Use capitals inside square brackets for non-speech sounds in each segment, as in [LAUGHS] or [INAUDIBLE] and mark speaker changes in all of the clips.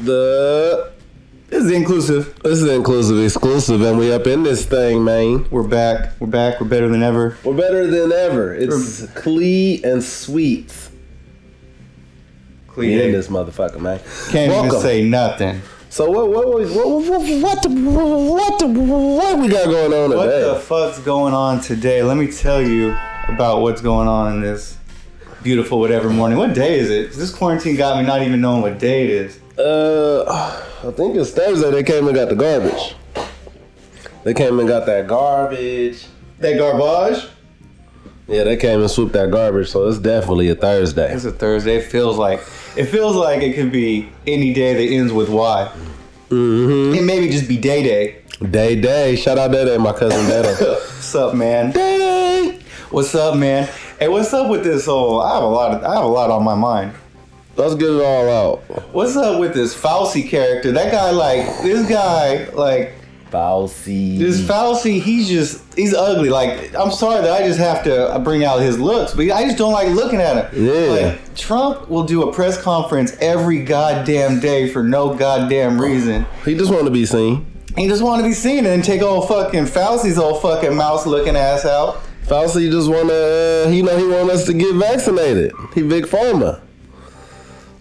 Speaker 1: The this is inclusive.
Speaker 2: This is inclusive, exclusive, and we up in this thing, man.
Speaker 1: We're back. We're back. We're better than ever.
Speaker 2: We're better than ever. It's Clee and Sweets. We in this motherfucker, man.
Speaker 1: Can't
Speaker 2: Welcome.
Speaker 1: even say nothing.
Speaker 2: So what? What? What? What? What? What, the, what, the, what we got going on
Speaker 1: What
Speaker 2: today?
Speaker 1: the fuck's going on today? Let me tell you about what's going on in this beautiful whatever morning. What day is it? This quarantine got me not even knowing what day it is.
Speaker 2: uh, I think it's Thursday. They came and got the garbage. They came and got that garbage.
Speaker 1: That garbage?
Speaker 2: Yeah, they came and swooped that garbage. So it's definitely a Thursday.
Speaker 1: It's a Thursday. It feels like it feels like it could be any day that ends with Y.
Speaker 2: Mm-hmm.
Speaker 1: It maybe just be day day.
Speaker 2: Day Day. Shout out Day Day, my cousin Day
Speaker 1: [LAUGHS]
Speaker 2: Day.
Speaker 1: What's up, man?
Speaker 2: Day.
Speaker 1: What's up, man? Hey, what's up with this whole? I have a lot. Of, I have a lot on my mind.
Speaker 2: Let's get it all out.
Speaker 1: What's up with this Fauci character? That guy, like this guy, like
Speaker 2: Fauci.
Speaker 1: this Fauci. He's just he's ugly. Like I'm sorry that I just have to bring out his looks, but I just don't like looking at him.
Speaker 2: Yeah.
Speaker 1: Like Trump will do a press conference every goddamn day for no goddamn reason.
Speaker 2: he just wanted to be seen.
Speaker 1: He just want to be seen and then take old fucking Fauci's old fucking mouse looking ass out.
Speaker 2: Fauci just wanna, uh, he know he want us to get vaccinated. He big pharma.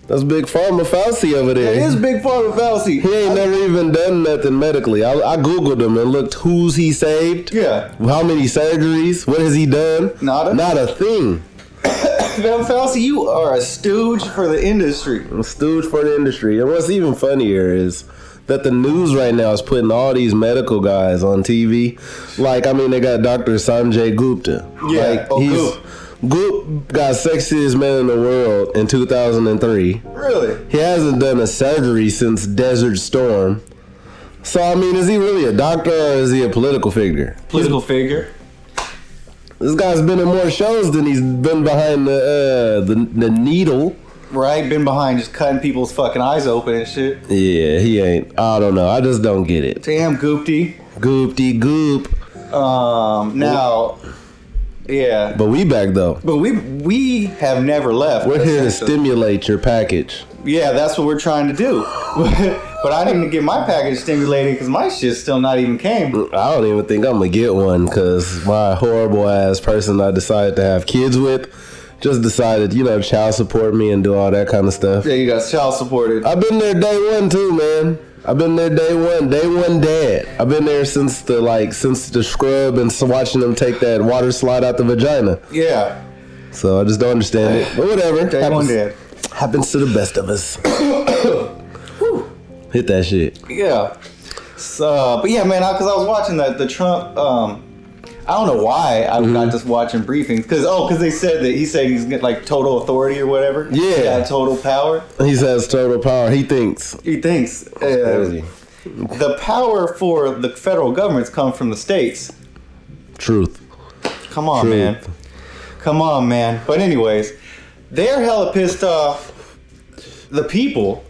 Speaker 2: That's big pharma Fauci over there.
Speaker 1: It is big part of Fauci.
Speaker 2: he ain't never even done nothing medically. I, I googled him and looked who's he saved,
Speaker 1: Yeah. [LAUGHS]
Speaker 2: how many surgeries, what has he done?
Speaker 1: Nada.
Speaker 2: Not a thing.
Speaker 1: Now, Fauci, you are a stooge for the industry.
Speaker 2: I'm stooge for the industry. And what's even funnier is that the news right now is putting all these medical guys on TV. Like, I mean, they got Dr. Sanjay Gupta.
Speaker 1: Yeah,
Speaker 2: Like,
Speaker 1: oh,
Speaker 2: he's, Goop got sexiest man in the world in 2003.
Speaker 1: Really?
Speaker 2: He hasn't done a surgery since Desert Storm. So, I mean, is he really a doctor or is he a political figure?
Speaker 1: Political figure.
Speaker 2: This guy's been in more shows than he's been behind the, uh, the, the needle.
Speaker 1: Right? Been behind just cutting people's fucking eyes open and shit.
Speaker 2: Yeah, he ain't. I don't know. I just don't get it.
Speaker 1: Damn, Goopty.
Speaker 2: Goopty goop.
Speaker 1: Um, now, yeah.
Speaker 2: But we back though.
Speaker 1: But we we have never left.
Speaker 2: We're here to
Speaker 1: essentially.
Speaker 2: stimulate your package.
Speaker 1: Yeah, that's what we're trying to do. [LAUGHS] but I didn't get my package stimulated because my shit still not even came.
Speaker 2: I don't even think I'm gonna get one because my horrible ass person I decided to have kids with just decided, you know, child support me and do all that kind of stuff.
Speaker 1: Yeah, you got child supported.
Speaker 2: I've been there day one too, man. I've been there day one, day one dad. I've been there since the like since the scrub and s- watching them take that water slide out the vagina.
Speaker 1: Yeah.
Speaker 2: So I just don't understand it. But whatever.
Speaker 1: Day one
Speaker 2: happens,
Speaker 1: dad.
Speaker 2: happens to the best of us. [COUGHS] Hit that shit.
Speaker 1: Yeah. So, but yeah, man, because I was watching the the Trump. Um, I don't know why I
Speaker 2: Mm-hmm.
Speaker 1: got just watching briefings because oh, because they said that he said he's got like total authority or whatever.
Speaker 2: Yeah.
Speaker 1: He got total power.
Speaker 2: He has total power. He thinks.
Speaker 1: He thinks uh, the power for the federal governments come from the states.
Speaker 2: Truth.
Speaker 1: Come on,
Speaker 2: Truth.
Speaker 1: man. Come on, man. But anyways, they're hella pissed off. The people.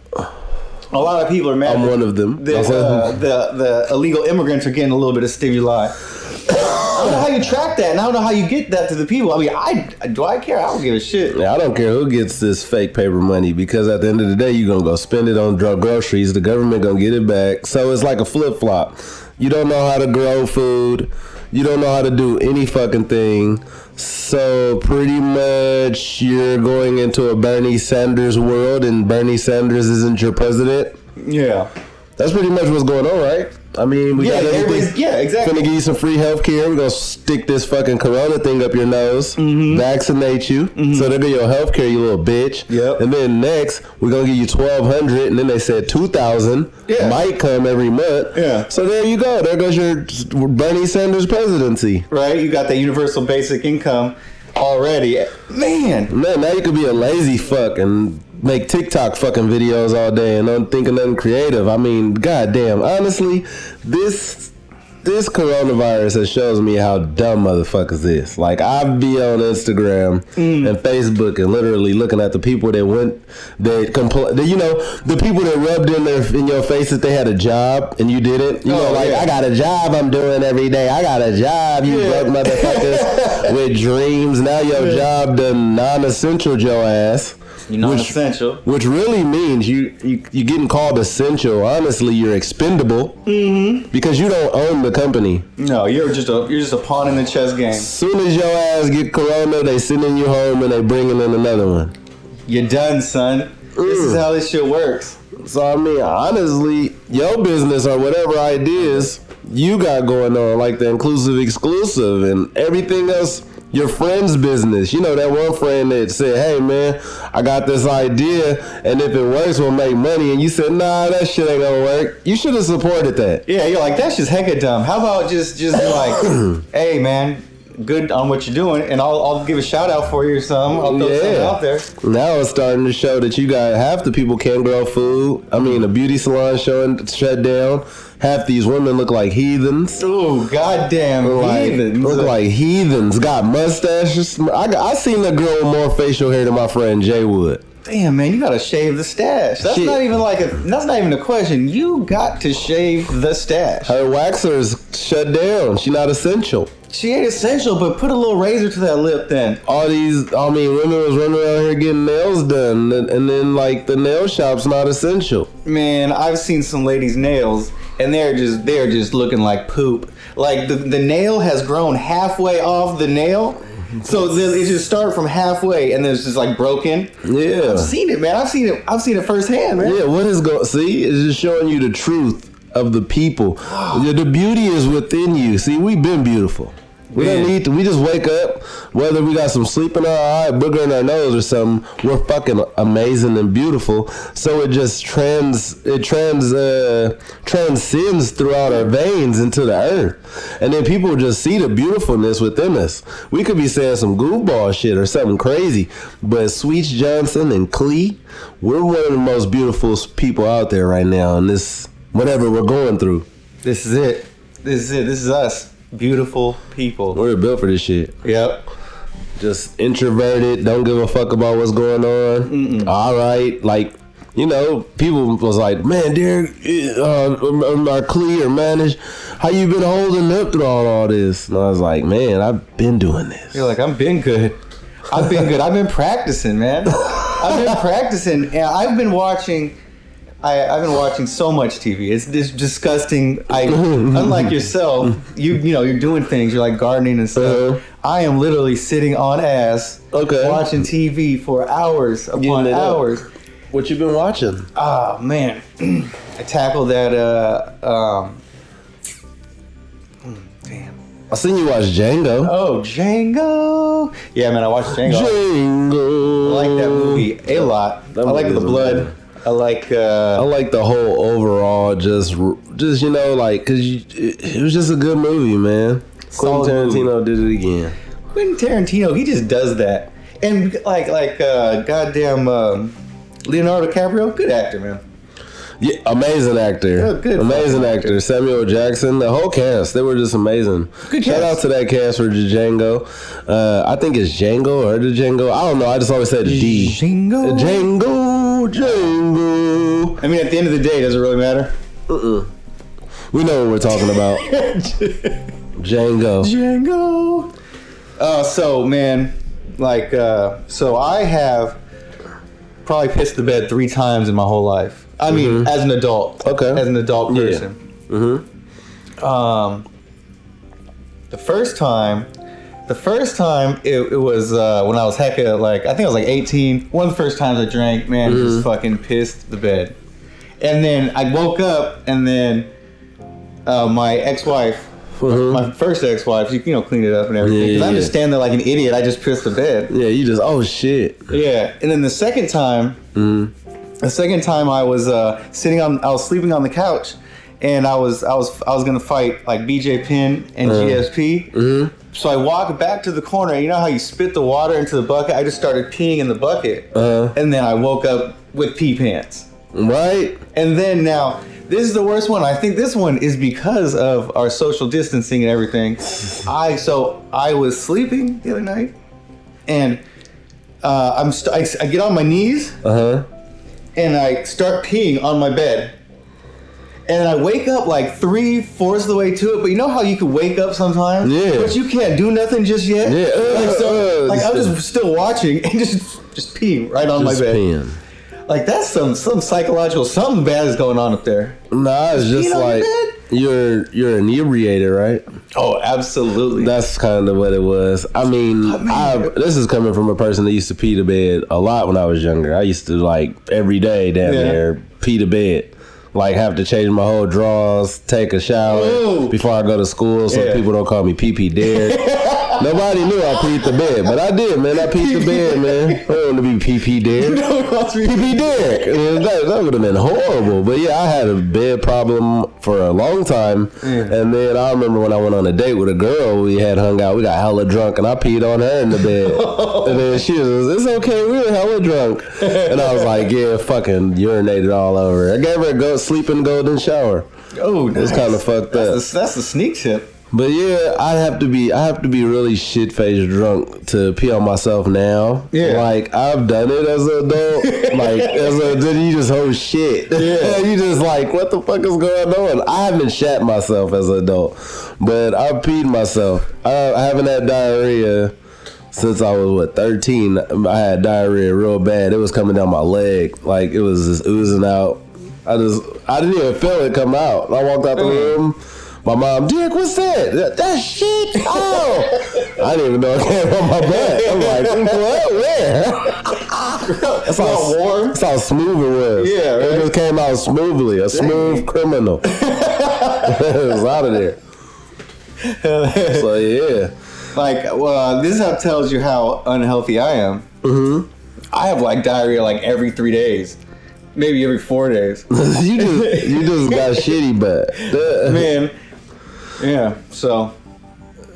Speaker 1: A lot of people are mad.
Speaker 2: I'm
Speaker 1: that
Speaker 2: one of them.
Speaker 1: The,
Speaker 2: I'm one
Speaker 1: uh,
Speaker 2: of them.
Speaker 1: the the illegal immigrants are getting a little bit of stimuli. [COUGHS] I don't know how you track that, and I don't know how you get that to the people. I mean, I do I care? I don't give a shit.
Speaker 2: Yeah, I don't care who gets this fake paper money because at the end of the day, you're gonna go spend it on drug groceries. The government gonna get it back. So it's like a flip flop. You don't know how to grow food. You don't know how to do any fucking thing. So pretty much you're going into a Bernie Sanders world, and Bernie Sanders isn't your president.
Speaker 1: Yeah,
Speaker 2: That's pretty much what's going on, right? I mean, we
Speaker 1: yeah,
Speaker 2: got
Speaker 1: everybody's-
Speaker 2: everything.
Speaker 1: yeah,
Speaker 2: Gonna
Speaker 1: exactly.
Speaker 2: give you some free health care. We're gonna stick this fucking corona thing up your nose,
Speaker 1: Mm-hmm.
Speaker 2: vaccinate you. So they'll get your health care, you little bitch.
Speaker 1: Yep.
Speaker 2: And then next, we're gonna give you twelve hundred, and then they said two thousand
Speaker 1: Yeah.
Speaker 2: might come every month.
Speaker 1: Yeah.
Speaker 2: So there you go. There goes your Bernie Sanders presidency.
Speaker 1: Right? You got that universal basic income already, man.
Speaker 2: Man, now you could be a lazy fuck and make TikTok fucking videos all day and don't think of nothing creative. I mean, goddamn. Honestly, this this coronavirus has shows me how dumb motherfuckers is. Like I be on Instagram
Speaker 1: Mm.
Speaker 2: and Facebook and literally looking at the people that went that compl- that, you know, the people that rubbed in their in your face that they had a job and you didn't. You know,
Speaker 1: Oh,
Speaker 2: like
Speaker 1: yeah.
Speaker 2: I got a job I'm doing every day. I got a job, you
Speaker 1: Yeah.
Speaker 2: broke motherfuckers with dreams. Now your job done non-essential your ass.
Speaker 1: You're not
Speaker 2: Which-
Speaker 1: essential.
Speaker 2: Which really means you, you you're getting called essential. Honestly, you're expendable because you don't own the company.
Speaker 1: No, you're just a you're just a pawn in the chess game.
Speaker 2: Soon as your ass get corona, they sending you home and they bringing in another one.
Speaker 1: You're done, son. This is how this shit works.
Speaker 2: So I mean, honestly, your business or whatever ideas you got going on, like the inclusive exclusive and everything else, your friend's business. You know that one friend that said, "Hey man, I got this idea, and if it works, we'll make money." And you said, "Nah, that shit ain't gonna work." You should have supported that.
Speaker 1: Yeah, you're like that's just hecka dumb. How about just just be
Speaker 2: [COUGHS]
Speaker 1: like, hey man, good on what you're doing, and I'll I'll give a shout out for you or something. I'll throw something
Speaker 2: Yeah.
Speaker 1: out there.
Speaker 2: Now it's starting to show that you got half the people can't grow food. I mean, a beauty salon showing shut down. Half these women look like heathens.
Speaker 1: Ooh, goddamn
Speaker 2: like,
Speaker 1: heathens.
Speaker 2: Look like heathens. Got mustaches. I, got- I seen a girl with more facial hair than my friend Jay Wood.
Speaker 1: Damn man, you gotta shave the stash. That's
Speaker 2: Shit.
Speaker 1: not even like a that's not even a question. You got to shave the stash.
Speaker 2: Her waxers shut down. She not essential.
Speaker 1: She ain't essential, but put a little razor to that lip then.
Speaker 2: All these, I mean, women was running around here getting nails done, and, and then like the nail shop's not essential.
Speaker 1: Man, I've seen some ladies' nails, and they're just they're just looking like poop. Like the, the nail has grown halfway off the nail, so then it just started from halfway, and then it's just like broken.
Speaker 2: Yeah,
Speaker 1: I've seen it, man. I've seen it. I've seen it firsthand, man.
Speaker 2: yeah. What is going? See, it's just showing you the truth of the people. the, the beauty is within you. See, we've been beautiful. We don't
Speaker 1: Man.
Speaker 2: need to. We just wake up, whether we got some sleep in our eye, booger in our nose, or something. We're fucking amazing and beautiful. So it just trans, it trans, uh, transcends throughout our veins into the earth, and then people just see the beautifulness within us. We could be saying some goofball shit or something crazy, but Sweets Johnson and Clee, we're one of the most beautiful people out there right now, and this whatever we're going through.
Speaker 1: This is it. This is it. This is us, beautiful people.
Speaker 2: We're built for this shit.
Speaker 1: Yep.
Speaker 2: just introverted, don't give a fuck about what's going on. All right, like you know, people was like, "Man, Derek, eh, uh, um, um, or Clee or Manish, how you been holding up through all, all this?" And I was like, "Man, I've been doing this."
Speaker 1: You're like, I've been good. I've been good. I've been practicing, man. I've been practicing, and I've been watching. I, I've been watching so much TV. It's this disgusting. I, unlike yourself, you you know you're doing things. You're like gardening and stuff.
Speaker 2: Uh-huh.
Speaker 1: I am literally sitting on ass,
Speaker 2: Okay.
Speaker 1: watching TV for hours upon
Speaker 2: lit up.
Speaker 1: hours.
Speaker 2: what you been watching?
Speaker 1: Oh man, [CLEARS THROAT] I tackled that. Uh, um, hmm, damn.
Speaker 2: I seen you watch Django.
Speaker 1: Oh Django. Yeah, man, I watched Django.
Speaker 2: Django.
Speaker 1: Oh, I like that movie a lot.
Speaker 2: That
Speaker 1: I like
Speaker 2: movie
Speaker 1: the
Speaker 2: is
Speaker 1: blood.
Speaker 2: amazing.
Speaker 1: I like.
Speaker 2: I
Speaker 1: uh
Speaker 2: like the whole overall, just, just you know, like, cause you, it, it was just a good movie, man.
Speaker 1: Solid
Speaker 2: Quentin
Speaker 1: movie.
Speaker 2: Tarantino did it again.
Speaker 1: Quentin Tarantino. He just does that. And like, like, uh, goddamn, um, Leonardo DiCaprio. Good actor, man.
Speaker 2: Yeah, amazing actor.
Speaker 1: Yeah, good
Speaker 2: amazing
Speaker 1: fucking
Speaker 2: actor.
Speaker 1: actor.
Speaker 2: Samuel Jackson, the whole cast, they were just amazing.
Speaker 1: Good
Speaker 2: Shout
Speaker 1: cast.
Speaker 2: out to that cast for Django. Uh, I think it's Django or Django. I don't know. I just always say the D.
Speaker 1: Django?
Speaker 2: Django. Django.
Speaker 1: I mean, at the end of the day, does it really matter? [LAUGHS]
Speaker 2: [LAUGHS] We know what we're talking about. Django.
Speaker 1: Django. Uh, so man, like, uh, so I have probably pissed the bed three times in my whole life. I mean, as an adult.
Speaker 2: Mm-hmm. Okay.
Speaker 1: As an adult
Speaker 2: Yeah.
Speaker 1: person. Mm-hmm. Um, the first time, the first time it, it was uh, when I was hecka like I think I was like 18. One of the first times I drank, man,
Speaker 2: Mm-hmm.
Speaker 1: just fucking pissed the bed. And then I woke up, and then uh, my ex-wife,
Speaker 2: Mhm.
Speaker 1: my first ex-wife, she you know cleaned it up and everything.
Speaker 2: Yeah,
Speaker 1: Because I
Speaker 2: yeah.
Speaker 1: just stand there like an idiot. I just pissed the bed.
Speaker 2: Yeah, you just oh shit.
Speaker 1: Yeah. And then the second time, the second time I was uh, sitting on, I was sleeping on the couch, and I was, I was, I was gonna fight like BJ Penn and GSP. So I walked back to the corner. and You know how you spit the water into the bucket? I just started peeing in the bucket,
Speaker 2: Uh,
Speaker 1: and then I woke up with pee pants.
Speaker 2: right.
Speaker 1: And then now, this is the worst one. I think this one is because of our social distancing
Speaker 2: [LAUGHS]
Speaker 1: and everything. I so I was sleeping the other night, and uh, I'm st- I, s- I get on my knees
Speaker 2: Uh huh.
Speaker 1: and I start peeing on my bed. And then I wake up like three fourths of the way to it, but you know how you could wake up sometimes,
Speaker 2: Yeah.
Speaker 1: but you can't do nothing just yet.
Speaker 2: Yeah.
Speaker 1: Like, so
Speaker 2: [LAUGHS] still-
Speaker 1: like
Speaker 2: it's
Speaker 1: I was
Speaker 2: still-
Speaker 1: just still watching [LAUGHS] and just just peeing right on
Speaker 2: Just
Speaker 1: my bed.
Speaker 2: peeing.
Speaker 1: Like that's some some psychological something bad is going on up there.
Speaker 2: Nah, it's just
Speaker 1: peeing on your
Speaker 2: like you're you're inebriated, right?
Speaker 1: Oh, absolutely.
Speaker 2: [LAUGHS]
Speaker 1: Oh,
Speaker 2: That's kind of what it was. I mean,
Speaker 1: mean-
Speaker 2: I this is coming from a person that used to pee to bed a lot when I was younger. I used to like every day down
Speaker 1: Yeah.
Speaker 2: there pee to bed. Like have to change my whole drawers, take a shower
Speaker 1: Ew.
Speaker 2: before I go to school, so
Speaker 1: Yeah.
Speaker 2: people don't call me PP
Speaker 1: [LAUGHS]
Speaker 2: Derek. Nobody knew I peed to bed, but I did, man. I peed to bed, man. I don't want to be PP Derek.
Speaker 1: no, it must be-
Speaker 2: PP Derek. I mean, that that would have been horrible. But yeah, I had a bed problem for a long time. And then I remember when I went on a date with a girl, we had hung out, we got hella drunk, and I peed on her in the bed. and then she was, it's okay, we were hella drunk. And I was like, yeah, fucking urinated all over. her. I gave her a go sleeping golden shower.
Speaker 1: Oh, nice.
Speaker 2: It's kind of fucked up.
Speaker 1: That's the, that's the sneak tip. [LAUGHS]
Speaker 2: But yeah, I have to be I have to be really shit faced drunk to pee on myself now.
Speaker 1: Yeah.
Speaker 2: Like I've done it as an
Speaker 1: [LAUGHS]
Speaker 2: adult. like as a then you just hold shit. [LAUGHS]
Speaker 1: Yeah.
Speaker 2: you just like, what the fuck is going on? I haven't shat myself as an adult. But I've peed myself. I, I haven't had diarrhea since I was what thirteen. I had diarrhea real bad. It was coming down my leg. Like it was just oozing out. I just I didn't even feel it come out. I walked out the
Speaker 1: Mm.
Speaker 2: room. My mom, Dick, what's that? That, that shit? Oh, I didn't even know it came on my butt. I'm like, what? Where? That's
Speaker 1: [LAUGHS] It's all
Speaker 2: s-
Speaker 1: warm.
Speaker 2: That's how smooth it was.
Speaker 1: Yeah,
Speaker 2: it
Speaker 1: right.
Speaker 2: just came out smoothly. A smooth
Speaker 1: [LAUGHS]
Speaker 2: criminal. [LAUGHS] it was out of there. So yeah, [LAUGHS]
Speaker 1: like well, this app tells you how unhealthy I am. Mm-hmm. I have like diarrhea like every three days, maybe every
Speaker 2: [LAUGHS]
Speaker 1: four days.
Speaker 2: you just you just got shitty butt.
Speaker 1: [LAUGHS] Man, yeah. So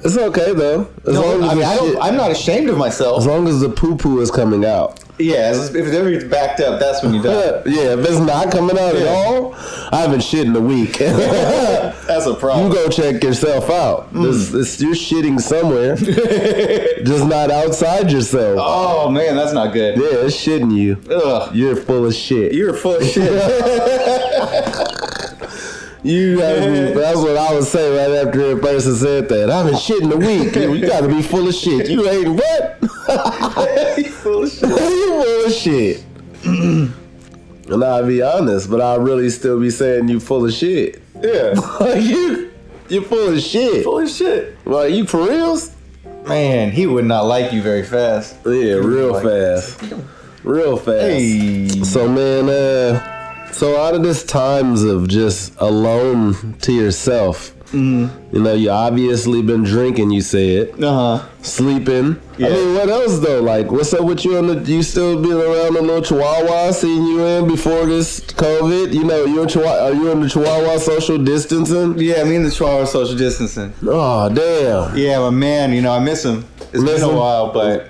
Speaker 2: It's okay though. As
Speaker 1: no,
Speaker 2: long as
Speaker 1: I mean,
Speaker 2: the
Speaker 1: I
Speaker 2: shit-
Speaker 1: don't. I'm not ashamed of
Speaker 2: as
Speaker 1: myself.
Speaker 2: long as the poo poo is coming out.
Speaker 1: Yeah, as- if everything's backed up, that's when
Speaker 2: [LAUGHS]
Speaker 1: you die.
Speaker 2: Yeah, if it's not coming out at
Speaker 1: Yeah.
Speaker 2: all, I haven't shit in a
Speaker 1: [LAUGHS]
Speaker 2: week. you
Speaker 1: That's a problem.
Speaker 2: go check yourself out.
Speaker 1: Mm.
Speaker 2: This, this, you're shitting somewhere, just not outside yourself.
Speaker 1: [LAUGHS] Oh man, that's not good.
Speaker 2: Yeah, it's shitting you.
Speaker 1: Ugh,
Speaker 2: You're full of shit.
Speaker 1: you're full of shit.
Speaker 2: [LAUGHS]
Speaker 1: [LAUGHS]
Speaker 2: You gotta be, that's what I would say right after a person said that. I've been shitting a week. You, you gotta be full of shit. You ain't what?
Speaker 1: You're full of shit.
Speaker 2: you full of shit. [CLEARS THROAT] and I'll be honest, but I really still be saying you full of shit. [LAUGHS]
Speaker 1: Yeah,
Speaker 2: Like you, you full of shit.
Speaker 1: full of shit.
Speaker 2: Like you for reals?
Speaker 1: Man, he would not like you very fast.
Speaker 2: Yeah, real fast, real fast.
Speaker 1: Hey.
Speaker 2: So man, uh, so out of this times of just alone to yourself, you know, you obviously been drinking. You said
Speaker 1: Uh huh.
Speaker 2: sleeping. I
Speaker 1: Yeah.
Speaker 2: mean, what else though? Like, what's up with you? And the, you still been around the little Chihuahua? Seeing you in before this COVID? You know, you in Chihuahua? Are you in the Chihuahua social distancing?
Speaker 1: Yeah, me and the Chihuahua are social distancing.
Speaker 2: Oh damn,
Speaker 1: Yeah, but man, you know, I miss him. It's
Speaker 2: Miss
Speaker 1: been
Speaker 2: him?
Speaker 1: a while, but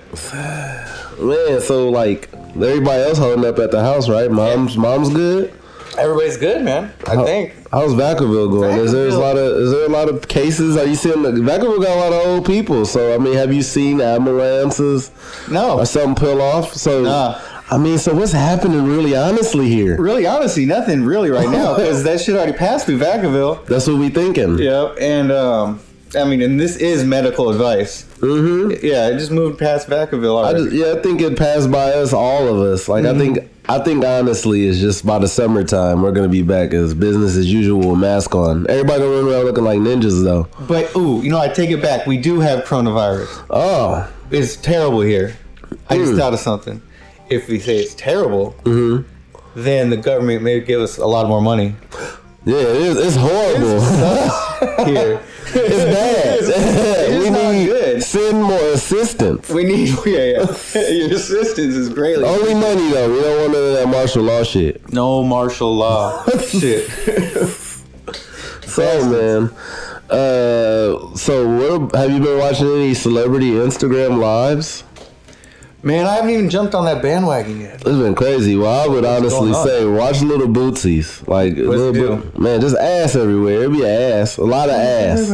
Speaker 2: man. So like, everybody else holding up at the house, right? Mom's mom's good.
Speaker 1: everybody's good, man. I think.
Speaker 2: How's Vacaville going? Is there a
Speaker 1: Vacaville-
Speaker 2: lot of is there a lot of cases? Are you seeing the, Vacaville got a lot of old people? So I mean, have you seen ambulances
Speaker 1: No,
Speaker 2: or something pull off? So
Speaker 1: Nah.
Speaker 2: I mean, so what's happening really honestly here?
Speaker 1: really, honestly, nothing really right [LAUGHS] now because that shit already passed through Vacaville.
Speaker 2: That's what we thinking.
Speaker 1: Yep, and um, I mean, and this is medical advice.
Speaker 2: Mm-hmm.
Speaker 1: Yeah, it just moved past Vacaville
Speaker 2: I
Speaker 1: already.
Speaker 2: just yeah, I think it passed by us, all of us. Like
Speaker 1: Mm-hmm.
Speaker 2: I think I think honestly, it's just by the summertime we're gonna be back as business as usual, mask on. Everybody gonna run around looking like ninjas though.
Speaker 1: but ooh, you know, I take it back. We do have coronavirus.
Speaker 2: Oh,
Speaker 1: It's terrible here. I just thought of something. If we say it's terrible, then the government may give us a lot more money
Speaker 2: yeah, it is, it's horrible.
Speaker 1: here.
Speaker 2: [LAUGHS]
Speaker 1: [LAUGHS]
Speaker 2: It's bad. [LAUGHS]
Speaker 1: It's
Speaker 2: we
Speaker 1: not
Speaker 2: need
Speaker 1: good.
Speaker 2: send more assistance.
Speaker 1: We need, [LAUGHS] yeah, yeah. Your assistance is greatly.
Speaker 2: Only money though. We don't want none of that martial law shit.
Speaker 1: No martial law. Shit.
Speaker 2: So man, uh, so what have you been watching any celebrity Instagram lives?
Speaker 1: Man, I haven't even jumped on that bandwagon yet.
Speaker 2: It's been crazy. Well, I would honestly
Speaker 1: going on?
Speaker 2: say watch little bootsies. Like
Speaker 1: What's
Speaker 2: little
Speaker 1: it do?
Speaker 2: boot, man, just ass everywhere. It'd be an ass, a lot of ass,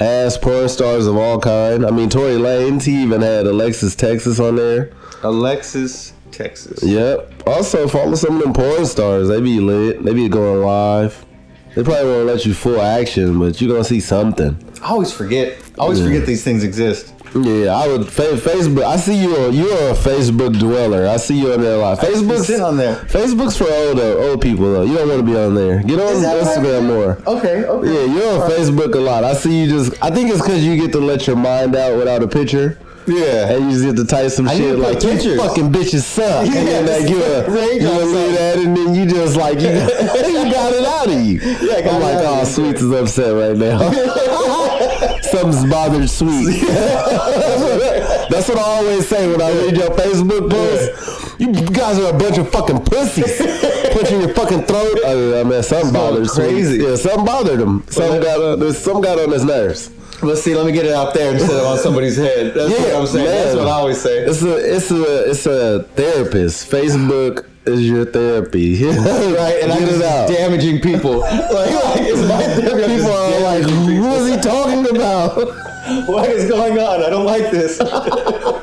Speaker 2: ass porn stars of all kind. I mean, Tory Lanez. He even had Alexis Texas on there.
Speaker 1: Alexis, Texas.
Speaker 2: Yep. Also, follow some of them porn stars. They be lit. They be going live. They probably won't let you full action, but you're gonna see something.
Speaker 1: I always forget. I always
Speaker 2: Yeah.
Speaker 1: forget these things exist.
Speaker 2: Yeah, I would fa- Facebook. I see you. are- You are a Facebook dweller. I see you on there a lot. Facebook's
Speaker 1: sit on there.
Speaker 2: Facebook's for old uh, old people though. You don't want to be on there. Get on
Speaker 1: Is that Oh. what I
Speaker 2: Instagram
Speaker 1: do?
Speaker 2: more.
Speaker 1: Okay, okay.
Speaker 2: Yeah, you're on Facebook a lot. I see you just. I think it's because you get to let your mind out without a picture,
Speaker 1: Yeah.
Speaker 2: and you just get to type some
Speaker 1: I need to
Speaker 2: shit
Speaker 1: put
Speaker 2: like you
Speaker 1: pictures."
Speaker 2: fucking bitches suck,
Speaker 1: [LAUGHS] Yeah,
Speaker 2: and then like you a-
Speaker 1: rage
Speaker 2: you
Speaker 1: on
Speaker 2: a
Speaker 1: something.
Speaker 2: leave that, and then you just like you, you got [LAUGHS] it out of you.
Speaker 1: Yeah, I got
Speaker 2: I'm
Speaker 1: it
Speaker 2: like,
Speaker 1: out of
Speaker 2: oh,
Speaker 1: me."
Speaker 2: Sweets is upset right
Speaker 1: [LAUGHS]
Speaker 2: now. Something's bothered Sweet. That's what I always say when I read your Facebook posts. You guys are a bunch of fucking pussies. Punching your fucking
Speaker 1: [LAUGHS]
Speaker 2: throat. Oh, I, I mean, something bothered Sweet.
Speaker 1: crazy.
Speaker 2: Yeah, something bothered him. Some got on, there's- some got on his nerves.
Speaker 1: Let's see. Let me get it out there instead of on somebody's head. That's what I'm saying. That's
Speaker 2: man.
Speaker 1: what I always say.
Speaker 2: It's a, it's a, it's a therapist. Facebook is your therapy. [LAUGHS] right,
Speaker 1: right? And
Speaker 2: get
Speaker 1: I'm
Speaker 2: it
Speaker 1: just
Speaker 2: out. [LAUGHS]
Speaker 1: damaging people. like, like it's my
Speaker 2: People are like, who is he talking about? [LAUGHS]
Speaker 1: what is going on? I don't like this.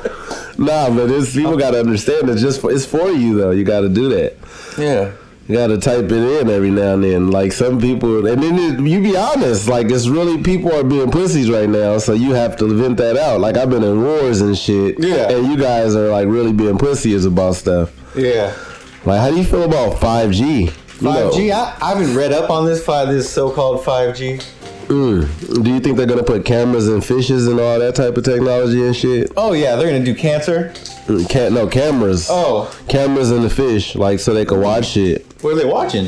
Speaker 1: [LAUGHS]
Speaker 2: Nah, but it's people gotta understand it's just for, it's for you though. You gotta do that.
Speaker 1: yeah.
Speaker 2: You gotta type it in every now and then. Like some people, and then it, you be honest. Like it's really people are being pussies right now, so you have to vent that out. Like I've been in wars and shit.
Speaker 1: Yeah.
Speaker 2: And you guys are like really being pussies about stuff.
Speaker 1: Yeah.
Speaker 2: Like how do you feel about five G?
Speaker 1: 5G. I, I haven't read up on this five, this so-called 5G.
Speaker 2: Mm. Do you think they're gonna put cameras and fishes and all that type of technology and shit?
Speaker 1: Oh yeah, they're gonna do cancer.
Speaker 2: Mm, Can't no cameras.
Speaker 1: Oh,
Speaker 2: Cameras and the fish, like so they can watch shit.
Speaker 1: what are they watching?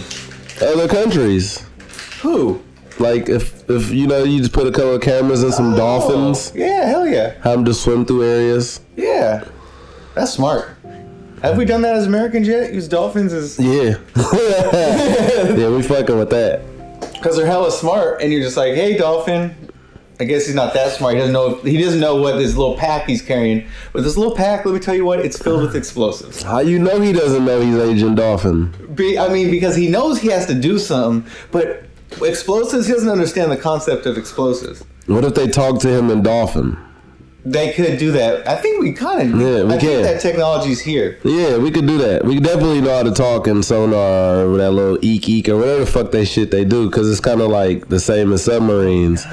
Speaker 2: Other countries.
Speaker 1: Who?
Speaker 2: Like if if you know you just put a couple of cameras and some dolphins,
Speaker 1: Oh, yeah, hell yeah,
Speaker 2: have them just swim through areas.
Speaker 1: yeah. That's smart. Have we done that as Americans yet? Use dolphins as
Speaker 2: Yeah, [LAUGHS] yeah, we fucking with that.
Speaker 1: because they're hella smart, and you're just like, hey, dolphin. I guess he's not that smart. He doesn't know. He doesn't know what this little pack he's carrying. But this little pack, let me tell you what, it's filled with explosives.
Speaker 2: How you know he doesn't know he's Agent Dolphin?
Speaker 1: Be, I mean, because he knows he has to do something, but explosives. He doesn't understand the concept of explosives.
Speaker 2: What if they talk to him in Dolphin?
Speaker 1: They could do that. I think we kind of.
Speaker 2: Yeah, we
Speaker 1: I
Speaker 2: can.
Speaker 1: think that technology's here.
Speaker 2: Yeah, we could do that. We definitely know how to talk in sonar or that little eek eek or whatever the fuck they shit they do because it's kind of like the same as submarines.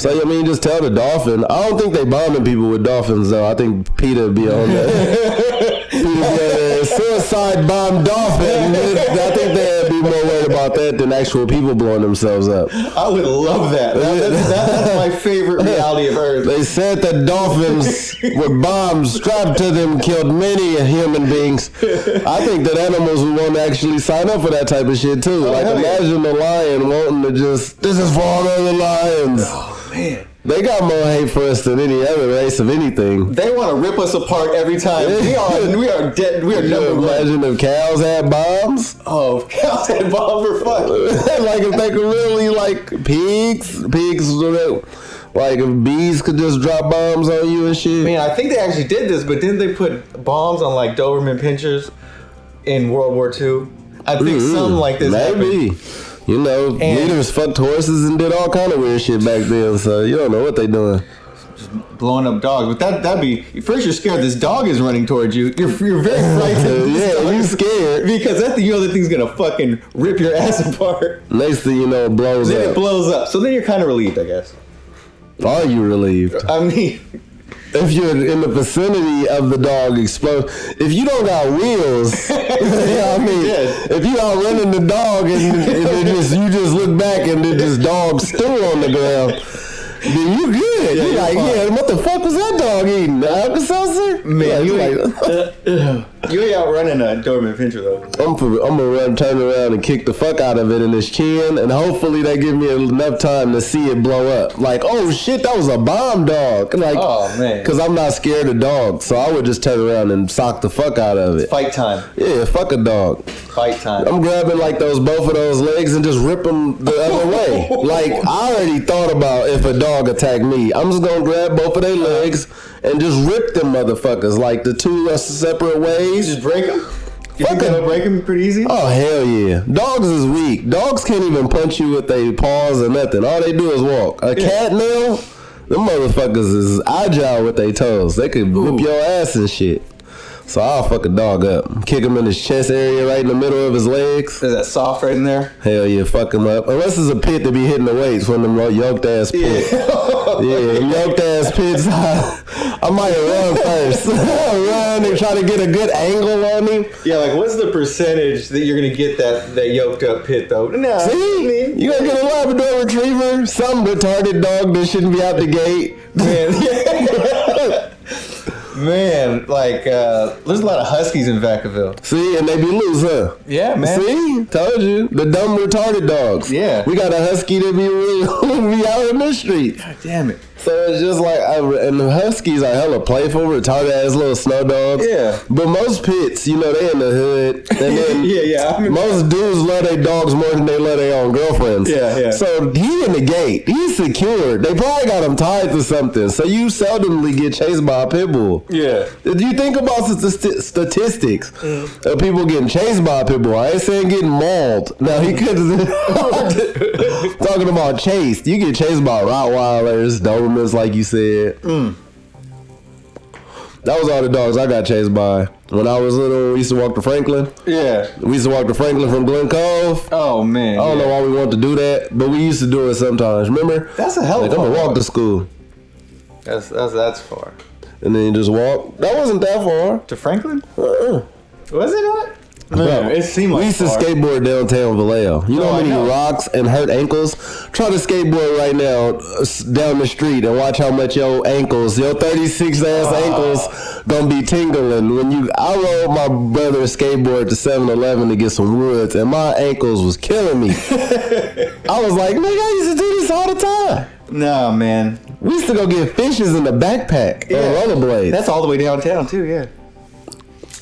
Speaker 2: So I mean, just tell the dolphin. I don't think they bombing people with dolphins though. I think Peter be on that. [LAUGHS] Peter be on that suicide bomb dolphin. [LAUGHS] I think they'd be more worried about that than actual people blowing themselves up.
Speaker 1: I would love that. That- that's, that- that's my favorite reality of Earth.
Speaker 2: They said that dolphins with bombs strapped to them killed many human beings. I think that animals would want to actually sign up for that type of shit too. like
Speaker 1: Oh, hell yeah.
Speaker 2: imagine a lion wanting to just this is for all the other lions.
Speaker 1: Oh man,
Speaker 2: They got more hate for us than any other race of anything.
Speaker 1: they want to rip us apart every time. We are we are dead. We are
Speaker 2: Could you
Speaker 1: number one.
Speaker 2: imagine if cows had bombs? [LAUGHS]
Speaker 1: Oh, [LAUGHS] cows and bomber fuck.
Speaker 2: like if they could really like pigs, pigs, like if bees could just drop bombs on you and shit.
Speaker 1: I mean, I think they actually did this, but didn't they put bombs on like Doberman pinchers in World War II? I think
Speaker 2: Mm,
Speaker 1: something like this happened.
Speaker 2: Maybe. You know,
Speaker 1: And-
Speaker 2: leaders fucked horses and did all kind of weird shit back then, so you don't know what they doing.
Speaker 1: Blowing up dogs, but that that'd be first. You're scared this dog is running towards you. You're, you're very
Speaker 2: [LAUGHS]
Speaker 1: frightened. This
Speaker 2: yeah,
Speaker 1: dog
Speaker 2: you
Speaker 1: is-
Speaker 2: scared.
Speaker 1: because that you know that thing's gonna fucking rip your ass [LAUGHS] apart.
Speaker 2: Next thing you know, it blows
Speaker 1: Then it
Speaker 2: up.
Speaker 1: blows up. So then you're kind of relieved, I guess.
Speaker 2: Are you relieved?
Speaker 1: I mean, [LAUGHS]
Speaker 2: If you're in the vicinity of the dog explode, if you don't got wheels, [LAUGHS] you know what I mean,
Speaker 1: Yes.
Speaker 2: if you out running the dog and, and it just you just look back and then this dog still on the ground, then you good.
Speaker 1: Yeah,
Speaker 2: you
Speaker 1: you're
Speaker 2: like,
Speaker 1: fine.
Speaker 2: yeah, what the fuck was that dog eating? Alka-Seltzer?
Speaker 1: man,
Speaker 2: Like,
Speaker 1: you
Speaker 2: like-
Speaker 1: ain't,
Speaker 2: [LAUGHS]
Speaker 1: you ain't out running a Doberman Pinscher though.
Speaker 2: I'm, for, I'm gonna run, turn around and kick the fuck out of it in his chin, and hopefully they give me enough time to see it blow up. Like, oh shit, that was a bomb dog. Like,
Speaker 1: Oh, man.
Speaker 2: because I'm not scared of dogs, so I would just turn around and sock the fuck out of it.
Speaker 1: Fight time,
Speaker 2: Yeah, fuck a dog.
Speaker 1: fight time.
Speaker 2: I'm grabbing like those both of those legs and just rip them the other
Speaker 1: [LAUGHS]
Speaker 2: way. Like I already thought about if a dog attacked me, I'm just gonna grab both of their legs and just rip them motherfuckers like the two are separate ways.
Speaker 1: Just break them. You
Speaker 2: Fuck
Speaker 1: think
Speaker 2: it.
Speaker 1: that'll break them pretty easy?
Speaker 2: Oh hell yeah! Dogs is weak. Dogs can't even punch you with their paws or nothing. All they do is walk. A cat now, them motherfuckers is agile with their toes. They could whip
Speaker 1: Ooh.
Speaker 2: your ass and shit. So I'll fuck a dog up. Kick him in his chest area right in the middle of his legs.
Speaker 1: Is that soft right in there?
Speaker 2: Hell yeah, fuck him up. Unless it's a pit to be hitting the weights from them yoked ass pits.
Speaker 1: [LAUGHS]
Speaker 2: Yeah, yoked ass pits. [LAUGHS] I, might run first. [LAUGHS] run and try to get a good angle on him.
Speaker 1: yeah, like what's the percentage that you're gonna get that that yoked up pit though? No,
Speaker 2: See? You gonna get a Labrador retriever? Some retarded dog that shouldn't be out the gate.
Speaker 1: [LAUGHS] man, man, like uh, there's a lot of huskies in Vacaville.
Speaker 2: See, and they be loose, huh?
Speaker 1: Yeah, man.
Speaker 2: See, told you the dumb retarded dogs.
Speaker 1: Yeah.
Speaker 2: we got a husky that be really [LAUGHS] be out in the street.
Speaker 1: God damn it.
Speaker 2: So it's just like, I, and the huskies are hella playful, retarded ass little snow dogs.
Speaker 1: Yeah.
Speaker 2: but most pits, you know, they in the hood, and then
Speaker 1: [LAUGHS] yeah, yeah. I remember-
Speaker 2: Most dudes love their dogs more than they love their own girlfriends.
Speaker 1: Yeah, yeah.
Speaker 2: So he in the gate. He's secured. They probably got him tied to something. So you seldomly get chased by a pit bull.
Speaker 1: yeah.
Speaker 2: If you think about the st- statistics of people getting chased by a pit bull, I ain't saying getting mauled. Now he could
Speaker 1: [LAUGHS]
Speaker 2: talking about chased. You get chased by Rottweilers, Dobermans, like you said. That was all the dogs I got chased by when I was little. We used to walk to Franklin.
Speaker 1: [LAUGHS] Yeah.
Speaker 2: We used to walk to Franklin from Glen Cove.
Speaker 1: Oh
Speaker 2: I
Speaker 1: man.
Speaker 2: don't
Speaker 1: yeah.
Speaker 2: know why we want to do that, but we used to do it sometimes. Remember?
Speaker 1: That's a hell
Speaker 2: like,
Speaker 1: of
Speaker 2: I'm
Speaker 1: a
Speaker 2: gonna walk
Speaker 1: walk.
Speaker 2: to school,
Speaker 1: That's that's that's far.
Speaker 2: and then you just walk. That wasn't that far.
Speaker 1: To Franklin?
Speaker 2: Uh-uh.
Speaker 1: Was it not?
Speaker 2: Bro,
Speaker 1: it seemed like
Speaker 2: we used to
Speaker 1: far.
Speaker 2: skateboard downtown Vallejo. You know
Speaker 1: Oh,
Speaker 2: how
Speaker 1: I
Speaker 2: many
Speaker 1: know.
Speaker 2: rocks and hurt ankles? Try to skateboard right now uh, s- down the street and watch how much your ankles, your 36 ass
Speaker 1: Ah.
Speaker 2: ankles, gonna be tingling. When you, I rode my brother's skateboard to 7-Eleven to get some woods, and my ankles was killing
Speaker 1: [LAUGHS]
Speaker 2: me. I was like, nigga, I used to do this all the time.
Speaker 1: No, man.
Speaker 2: We used to go get fishes in the backpack
Speaker 1: Yeah.
Speaker 2: on rollerblades. That's,
Speaker 1: That's all the way downtown too. Yeah.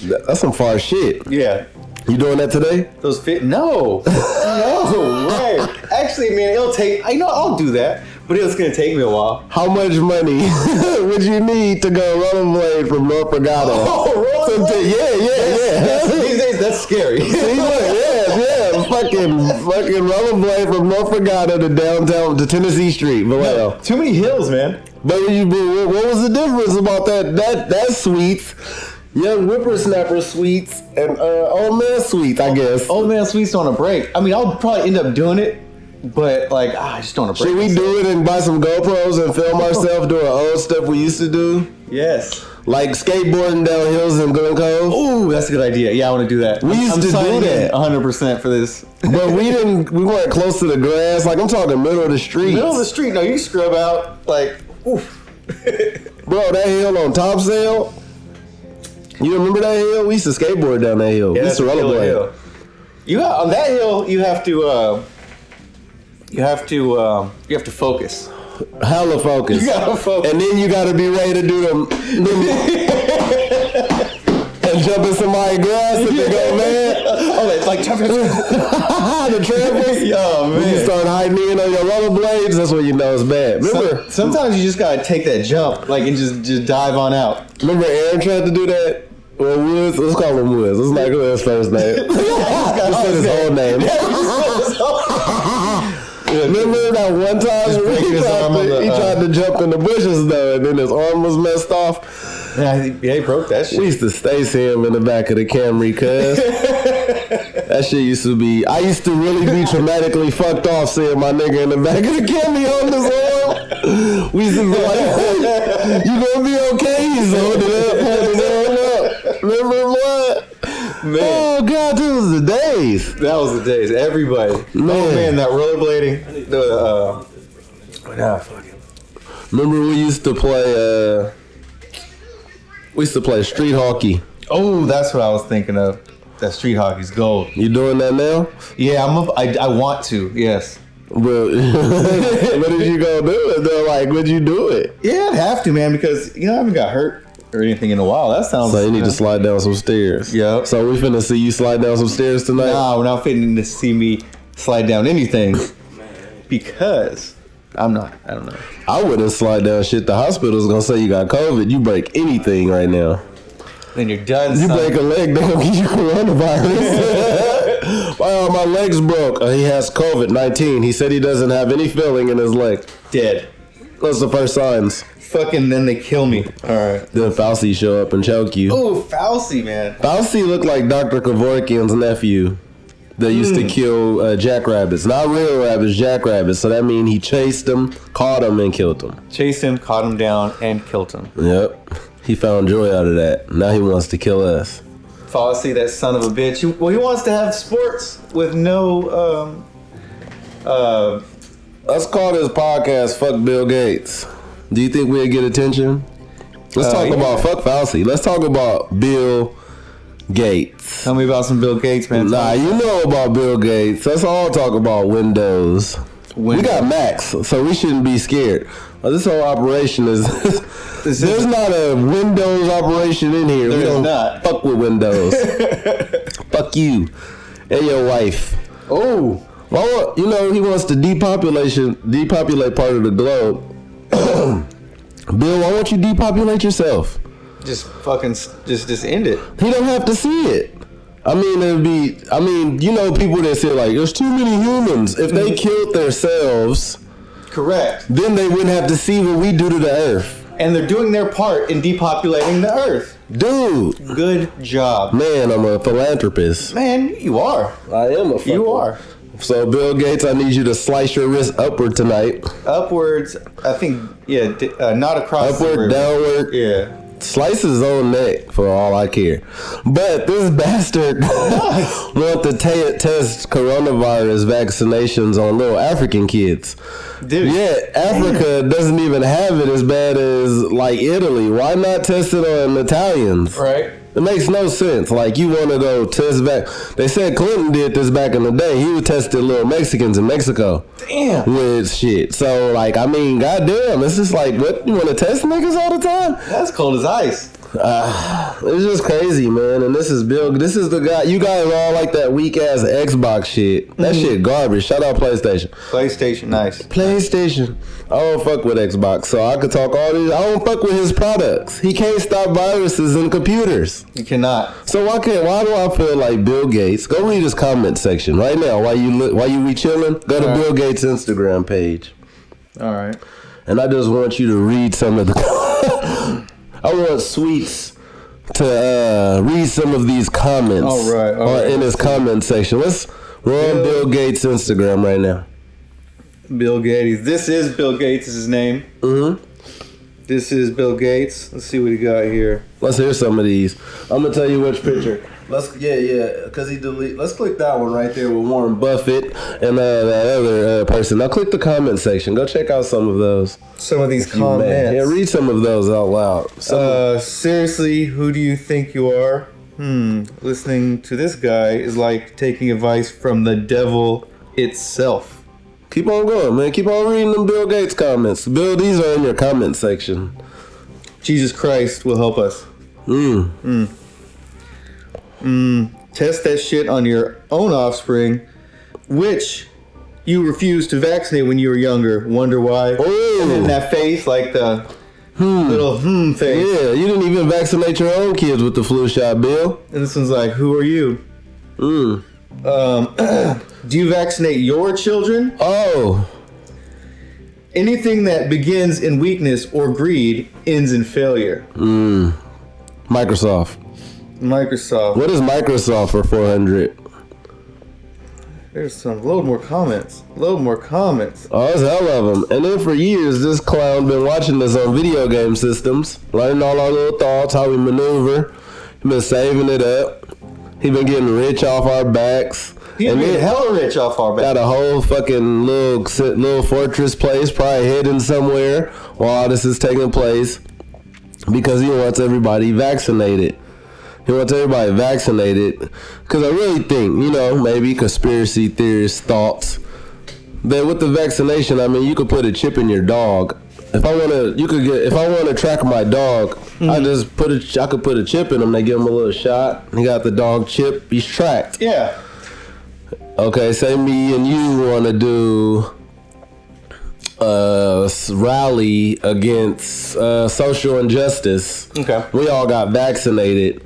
Speaker 2: that's some far shit.
Speaker 1: Yeah.
Speaker 2: You doing that today?
Speaker 1: Those fit? No, [LAUGHS] no way. Actually, man, it'll take. I know I'll do that, but it's gonna take me a [LAUGHS] while.
Speaker 2: How much money [LAUGHS] would you need to go rollerblade from North Regatta?
Speaker 1: [LAUGHS] Oh, rolling.
Speaker 2: To- yeah, yeah, yeah.
Speaker 1: [LAUGHS] These days, that's
Speaker 2: [LAUGHS]
Speaker 1: scary.
Speaker 2: See, look, yeah, yeah, fucking, fucking rollerblade from North Regatta to downtown to Tennessee Street, Vallejo.
Speaker 1: Too many hills, man.
Speaker 2: But you, what what was the difference about that? That that sweets, young whippersnapper sweets, and uh, old man sweets, I guess.
Speaker 1: Old man, sweets on a break. I mean, I'll probably end up doing it, but like, ah, I just don't want to break.
Speaker 2: Should we do it and buy some GoPros and film ourselves doing old stuff we used to do,
Speaker 1: Yes.
Speaker 2: like skateboarding down hills in Glen Cove?
Speaker 1: Ooh, that's a good idea. Yeah, I want to do that.
Speaker 2: We used
Speaker 1: I'm
Speaker 2: to do
Speaker 1: signing in
Speaker 2: that.
Speaker 1: 100% for this.
Speaker 2: But we didn't. We weren't close to the grass. Like I'm talking middle of the street,
Speaker 1: Middle of the street. No, you scrub out like, [LAUGHS] oof.
Speaker 2: bro. That hill on Topsail. You remember that hill? We used to skateboard down that hill. we used to
Speaker 1: that's a killer
Speaker 2: rollerblade.
Speaker 1: You ha- on that hill, you have to uh, you have to um, you have to focus.
Speaker 2: Hella focus.
Speaker 1: You gotta focus.
Speaker 2: And then you gotta be ready to do them.
Speaker 1: [LAUGHS]
Speaker 2: them and jump in somebody's grass if they go mad. [LAUGHS]
Speaker 1: oh, it's like
Speaker 2: the [LAUGHS] trampoline.
Speaker 1: oh
Speaker 2: When you
Speaker 1: man.
Speaker 2: start hiding in on your rollerblades, that's when you know it's bad. Remember,
Speaker 1: Some- sometimes you just gotta take that jump, like and just just dive on out.
Speaker 2: remember Aaron tried to do that. Well, Woods, let's call him Woods. Let's not call his first
Speaker 1: [LAUGHS]
Speaker 2: name. Let's say his whole name. Remember that one time when
Speaker 1: breaking
Speaker 2: he,
Speaker 1: his
Speaker 2: tried
Speaker 1: arm on
Speaker 2: to,
Speaker 1: the,
Speaker 2: he
Speaker 1: uh,
Speaker 2: tried to jump in the bushes though, and then his arm was messed off.
Speaker 1: yeah, he- yeah, he broke that
Speaker 2: We
Speaker 1: shit.
Speaker 2: used to stace him in the back of the Camry,
Speaker 1: [LAUGHS]
Speaker 2: cuz that shit used to be. I used to really be traumatically fucked off seeing my nigga in the back of the Camry holding his arm. We used to be like, [LAUGHS] "You gonna be okay?" He's holding up, holding his arm up. Remember what?
Speaker 1: Man,
Speaker 2: Oh god, this was the days.
Speaker 1: that was the days. Everybody.
Speaker 2: Man.
Speaker 1: Oh man, that rollerblading. The uh, what the fuck?
Speaker 2: Remember we used to play. uh We used to play street hockey.
Speaker 1: Oh, that's what I was thinking of. That street hockey's gold.
Speaker 2: You doing that now?
Speaker 1: Yeah, I'm. Up, I, I want to. Yes.
Speaker 2: Well, [LAUGHS] what did you go do? And they're like, would you do it?
Speaker 1: Yeah, I'd have to, man, because you know I haven't got hurt or anything in a while. That sounds.
Speaker 2: So you need to slide down some stairs.
Speaker 1: Yep.
Speaker 2: So we finna see you slide down some stairs tonight.
Speaker 1: Nah, we're not fitting to see me slide down anything because I'm not. I don't know.
Speaker 2: I wouldn't slide down shit. The hospital's gonna say you got COVID. You break anything right now.
Speaker 1: Then you're done.
Speaker 2: You
Speaker 1: son.
Speaker 2: break a leg, they gonna give you coronavirus. [LAUGHS] wow, my leg's broke. Uh, he has COVID 19. He said he doesn't have any feeling in his leg.
Speaker 1: dead.
Speaker 2: That's the first signs.
Speaker 1: fucking then they kill me. All right.
Speaker 2: Then Fauci show up and choke you.
Speaker 1: Oh, Fauci, man.
Speaker 2: Fauci looked like Dr. Kevorkian's nephew that used
Speaker 1: Hmm.
Speaker 2: to kill uh, jackrabbits. Not real rabbits, jackrabbits. So that means he chased them, caught them, and killed them.
Speaker 1: Chased him, caught him down, and killed him.
Speaker 2: Yep. [LAUGHS] He found joy out of that. Now he wants to kill us.
Speaker 1: Fauci, that son of a bitch. He, well, he wants to have sports with no. Um, uh,
Speaker 2: Let's call this podcast Fuck Bill Gates. Do you think we'll get attention? Let's
Speaker 1: Uh,
Speaker 2: talk
Speaker 1: yeah.
Speaker 2: about fuck Fauci. Let's talk about Bill Gates.
Speaker 1: tell me about some Bill Gates, man.
Speaker 2: Nah, you know about Bill Gates. Let's all talk about Windows. We
Speaker 1: Windows.
Speaker 2: got Macs, so we shouldn't be scared. Uh, This whole operation is.
Speaker 1: [LAUGHS] This is-
Speaker 2: there's not a Windows operation in here.
Speaker 1: There
Speaker 2: we
Speaker 1: is
Speaker 2: don't
Speaker 1: not.
Speaker 2: fuck with
Speaker 1: [LAUGHS]
Speaker 2: Windows. fuck you and your wife.
Speaker 1: Oh,
Speaker 2: Well, you know, he wants to depopulation, depopulate part of the globe. [CLEARS THROAT] Bill, why won't you depopulate yourself?
Speaker 1: just fucking, s- just just end it.
Speaker 2: He don't have to see it. I mean, it'd be. I mean, you know, people that say like, "There's too many humans." If
Speaker 1: Mm-hmm.
Speaker 2: they killed themselves,
Speaker 1: Correct.
Speaker 2: then they wouldn't have to see what we do to the Earth,
Speaker 1: And they're doing their part in depopulating the Earth.
Speaker 2: dude.
Speaker 1: Good job,
Speaker 2: Man, I'm a philanthropist.
Speaker 1: man. You are.
Speaker 2: I am a. Fucker.
Speaker 1: You are.
Speaker 2: So, Bill Gates, I need you to slice your wrist upward tonight.
Speaker 1: Upwards, I think. Yeah, di- uh, not across. the
Speaker 2: Upward,
Speaker 1: river.
Speaker 2: downward,
Speaker 1: Yeah.
Speaker 2: slice his own neck for all I care. But this [LAUGHS] bastard [LAUGHS] want to ta test coronavirus vaccinations on little African kids.
Speaker 1: Dude.
Speaker 2: Yet Africa doesn't even have it as bad as like Italy. Why not test it on Italians?
Speaker 1: Right.
Speaker 2: It makes no sense. Like you want to go test back. They said Clinton did this back in the day. He was testing little Mexicans in Mexico
Speaker 1: Damn.
Speaker 2: with shit. So like, I mean, goddamn, it's just like, what you want to test niggas all the time?
Speaker 1: That's cold as ice.
Speaker 2: It's just crazy, man. And this is Bill. This is the guy. You guys are all like that weak ass Xbox shit. That shit garbage. Shout out PlayStation.
Speaker 1: PlayStation, nice.
Speaker 2: PlayStation. I don't fuck with Xbox, so I could talk all these. I don't fuck with his products. He can't stop viruses and computers.
Speaker 1: You cannot.
Speaker 2: So why can't? Why do I feel like Bill Gates? Go read his comment section right now. While you look, while you be chilling, go to
Speaker 1: Alright.
Speaker 2: Bill Gates' Instagram page,
Speaker 1: All right.
Speaker 2: and I just want you to read some of the. [LAUGHS] I want sweets to uh, read some of these comments.
Speaker 1: Alright,
Speaker 2: or
Speaker 1: alright,
Speaker 2: in his comment section. Let's. We're on Bill Gates' Instagram right now.
Speaker 1: Bill Gates. This is Bill Gates. Is his name?
Speaker 2: Mm-hmm.
Speaker 1: This is Bill Gates. Let's see what he got here.
Speaker 2: Let's hear some of these. I'm gonna tell you which picture. Let's yeah yeah, cause he delete. Let's click that one right there with Warren Buffett and uh, that other uh, person. Now click the comment section. Go check out some of those.
Speaker 1: Some of these
Speaker 2: You may- Yeah,
Speaker 1: comments.
Speaker 2: read some of those out loud. Some-
Speaker 1: Oh, uh, seriously, who do you think you are? Hmm. Listening to this guy is like taking advice from the devil itself.
Speaker 2: keep on going, man. Keep on reading them Bill Gates comments. Bill, these are in your comment section.
Speaker 1: Jesus Christ will help us. Hmm.
Speaker 2: Mm.
Speaker 1: Test that shit on your own offspring, which you refused to vaccinate when you were younger. Wonder why? And then
Speaker 2: Oh
Speaker 1: that face, like the little hmm face.
Speaker 2: yeah, you didn't even vaccinate your own kids with the flu shot, Bill.
Speaker 1: And this one's like, who are you?
Speaker 2: Mm.
Speaker 1: Um, [CLEARS THROAT] do you vaccinate your children?
Speaker 2: Oh,
Speaker 1: Anything that begins in weakness or greed ends in failure.
Speaker 2: Microsoft.
Speaker 1: Microsoft.
Speaker 2: What is Microsoft for 400?
Speaker 1: There's some. Load more comments. Load more comments.
Speaker 2: Oh, there's hell of them. And then for years, this clown been watching us on video game systems, learning all our little thoughts, how we maneuver. He been saving it up. He been getting rich off our backs.
Speaker 1: He
Speaker 2: and
Speaker 1: made
Speaker 2: then
Speaker 1: hella rich off our back.
Speaker 2: got a whole fucking little little fortress place, probably hidden somewhere while all this is taking place, because he wants everybody vaccinated. He wants everybody vaccinated, because I really think, you know, maybe conspiracy theorist thoughts that with the vaccination, I mean, you could put a chip in your dog. If I wanna, you could get. If I wanna track my dog, I just put a. I could put a chip in him. They give him a little shot. He got the dog chip. He's tracked.
Speaker 1: Yeah.
Speaker 2: Okay, say me and you want to do a s- rally against uh, social injustice.
Speaker 1: Okay.
Speaker 2: We all got [LAUGHS] vaccinated.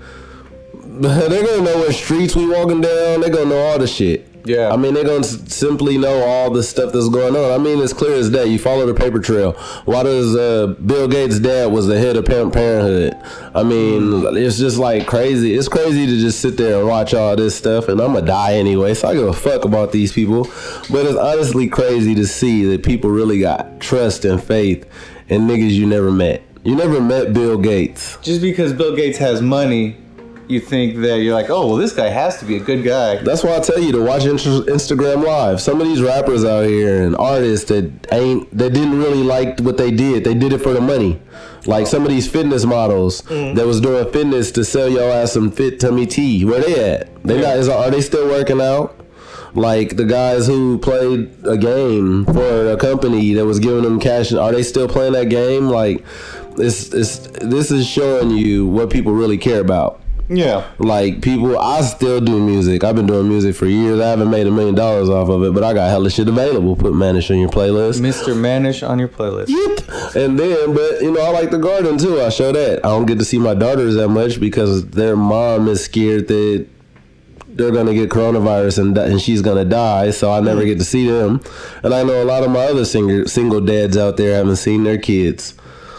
Speaker 2: They're gonna know what streets we walking down. They're gonna know all the shit.
Speaker 1: Yeah.
Speaker 2: I mean, they're going to simply know all the stuff that's going on. I mean, it's clear as day. You follow the paper trail. Why does uh, Bill Gates' dad was the head of Planned Parenthood? I mean, it's just like crazy. It's crazy to just sit there and watch all this stuff, and I'm going to die anyway, so I give a fuck about these people. But it's honestly crazy to see that people really got trust and faith in niggas you never met. You never met Bill Gates.
Speaker 1: Just because Bill Gates has money, you think that you're like, oh, well, this guy has to be a good guy.
Speaker 2: That's why I tell you to watch Inst- Instagram Live. Some of these rappers out here and artists that ain't that didn't really like what they did. They did it for the money. Like some of these fitness models that was doing fitness to sell your ass some fit tummy tea. Where they at? They not, is, are they still working out? Like the guys who played a game for a company that was giving them cash, are they still playing that game? Like, it's, it's this is showing you what people really care about.
Speaker 1: Yeah.
Speaker 2: Like people, I still do music. I've been doing music for years. I haven't made a million dollars off of it, but I got hella shit available. Put Manish on your playlist.
Speaker 1: Mr. Manish on your playlist.
Speaker 2: Yep. And then, but you know, I like the garden too. I show that. I don't get to see my daughters that much because their mom is scared that they're gonna get coronavirus and di- and she's gonna die. So I never get to see them. And I know a lot of my other singer single dads out there haven't seen their kids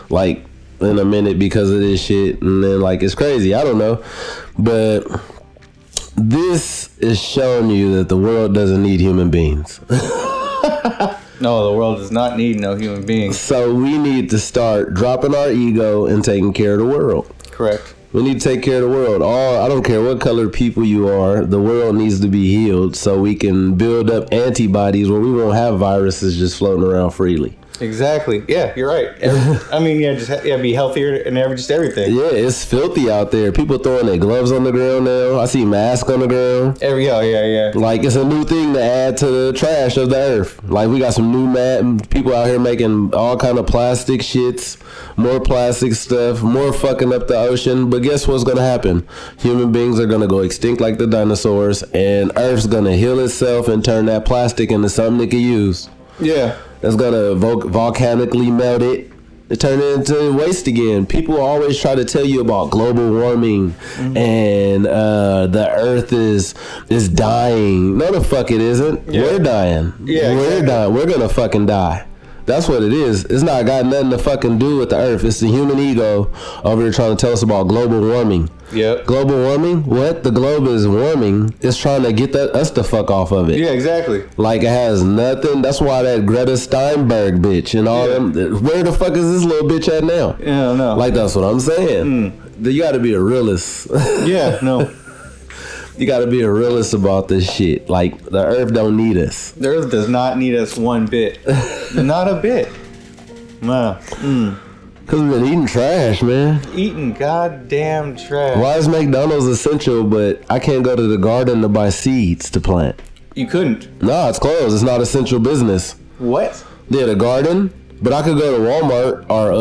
Speaker 2: like in a minute because of this shit and then like it's crazy i don't know but this is showing you that the world doesn't need human beings
Speaker 1: No, the world does not need no human beings.
Speaker 2: so we need to start dropping our ego and taking care of the world
Speaker 1: Correct.
Speaker 2: we need to take care of the world all i don't care what color people you are the world needs to be healed so we can build up antibodies where we won't have viruses just floating around freely
Speaker 1: Exactly. Yeah, you're right.
Speaker 2: [LAUGHS]
Speaker 1: Every- I mean, yeah, just ha- yeah, be healthier and every just everything.
Speaker 2: yeah it's filthy out there people throwing their gloves on the ground now i see masks on the ground
Speaker 1: Every oh yeah yeah.
Speaker 2: Like it's a new thing to add to the trash of the earth. Like we got some new mad people out here making all kind of plastic shits, more plastic stuff, more fucking up the ocean. But guess what's gonna happen? Human beings are gonna go extinct like the dinosaurs, and Earth's gonna heal itself and turn that plastic into something it can use.
Speaker 1: Yeah.
Speaker 2: That's gonna vol- volcanically melt it. and turn it into waste again. People always try to tell you about global warming
Speaker 1: Mm-hmm.
Speaker 2: and uh, the Earth is is dying. No, the fuck it isn't.
Speaker 1: Yeah.
Speaker 2: We're dying.
Speaker 1: Yeah,
Speaker 2: we're
Speaker 1: exactly.
Speaker 2: dying. We're gonna fucking die. That's what it is. It's not got nothing to fucking do with the Earth. It's the human ego over here trying to tell us about global warming.
Speaker 1: Yep.
Speaker 2: Global warming? What? The globe is warming. It's trying to get that, us the fuck off of it.
Speaker 1: Yeah, exactly.
Speaker 2: Like it has nothing. That's why that Greta Steinberg bitch and all
Speaker 1: Yeah.
Speaker 2: them. Where the fuck is this little bitch at now?
Speaker 1: Yeah, no.
Speaker 2: Like that's what I'm saying. You got to be a realist. [LAUGHS]
Speaker 1: yeah, no.
Speaker 2: you got to be a realist about this shit. Like the Earth don't need us.
Speaker 1: The Earth does not need us
Speaker 2: [LAUGHS]
Speaker 1: one bit. not a bit. No.
Speaker 2: Cause we've been eating trash, man.
Speaker 1: Eating goddamn trash.
Speaker 2: Why is McDonald's essential, but I can't go to the garden to buy seeds to plant?
Speaker 1: You couldn't.
Speaker 2: Nah, it's closed. It's not essential business.
Speaker 1: What?
Speaker 2: Yeah, the garden. But I could go to Walmart or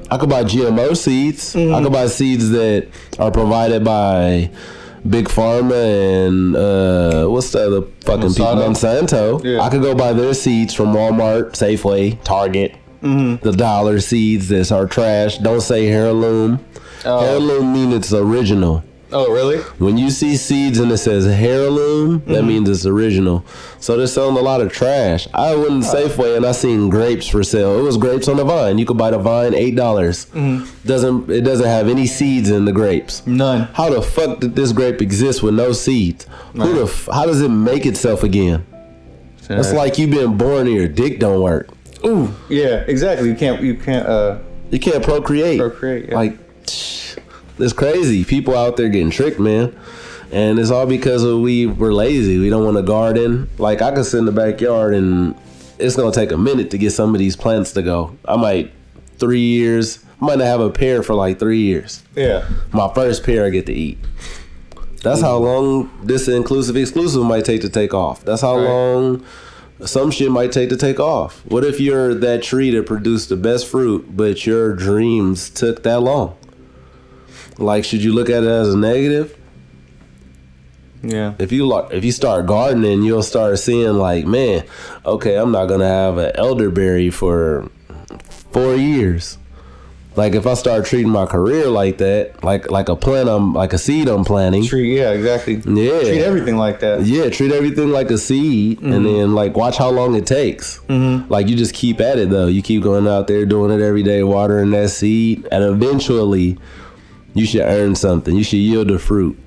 Speaker 2: uh, I could buy GMO seeds. I could buy seeds that are provided by Big Pharma and uh, what's the other fucking people? Monsanto.
Speaker 1: Yeah.
Speaker 2: I could go buy their seeds from Walmart, Safeway, Target.
Speaker 1: Mm-hmm.
Speaker 2: The dollar seeds that are trash. Don't say heirloom.
Speaker 1: Oh.
Speaker 2: Heirloom means it's original.
Speaker 1: Oh, really?
Speaker 2: When you see seeds and it says heirloom, that means it's original. So they're selling a lot of trash. I went in Safeway and I seen grapes for sale. It was grapes on the vine. You could buy the vine eight dollars. Doesn't it doesn't have any seeds in the grapes?
Speaker 1: None.
Speaker 2: How the fuck did this grape exist with no seeds? Who the f- how does it make itself again? It's like you been born and your dick don't work.
Speaker 1: ooh. Yeah, exactly. You can't. You can't. Uh.
Speaker 2: You can't procreate.
Speaker 1: Procreate, yeah.
Speaker 2: Like, it's crazy. People out there getting tricked, man. And it's all because of we were lazy. We don't want to garden. Like, I could sit in the backyard and it's going to take a minute to get some of these plants to go. I might, three years, I might not have a pair for like three years.
Speaker 1: Yeah.
Speaker 2: My first pair I get to eat. That's how long this inclusive exclusive might take to take off. That's how
Speaker 1: Right.
Speaker 2: long some shit might take to take off. What if you're that tree that produced the best fruit, but your dreams took that long? Like, should you look at it as a negative?
Speaker 1: Yeah.
Speaker 2: If you lo- if you start gardening, you'll start seeing like, man, okay, I'm not gonna have an elderberry for four years. Like if I start treating my career like that, like like a plant, I'm like a seed I'm planting.
Speaker 1: Treat, yeah, exactly.
Speaker 2: Yeah.
Speaker 1: Treat everything like that.
Speaker 2: Yeah, treat everything like a seed, and then like watch how long it takes. Mm-hmm. Like you just keep at it though. You keep going out there doing it every day, watering that seed, and eventually, you should earn something. You should yield a fruit.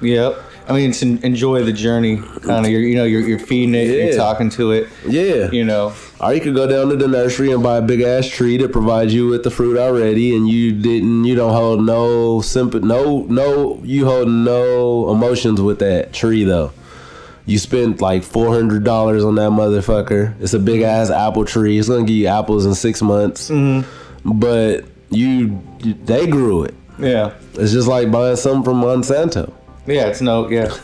Speaker 1: Yep. I mean, it's en- enjoy the journey. Kind of, you're, you know, you're, you're feeding it,
Speaker 2: Yeah.
Speaker 1: you're talking to it.
Speaker 2: Yeah.
Speaker 1: You know,
Speaker 2: Or you could go down to the nursery and buy a big ass tree that provides you with the fruit already, and you didn't, you don't hold no sympathy, no, no, you hold no emotions with that tree though. You spent like four hundred dollars on that motherfucker. It's a big ass apple tree. It's gonna give you apples in six months, but you, they grew it.
Speaker 1: yeah,
Speaker 2: It's just like buying something from Monsanto.
Speaker 1: yeah. It's no, yeah.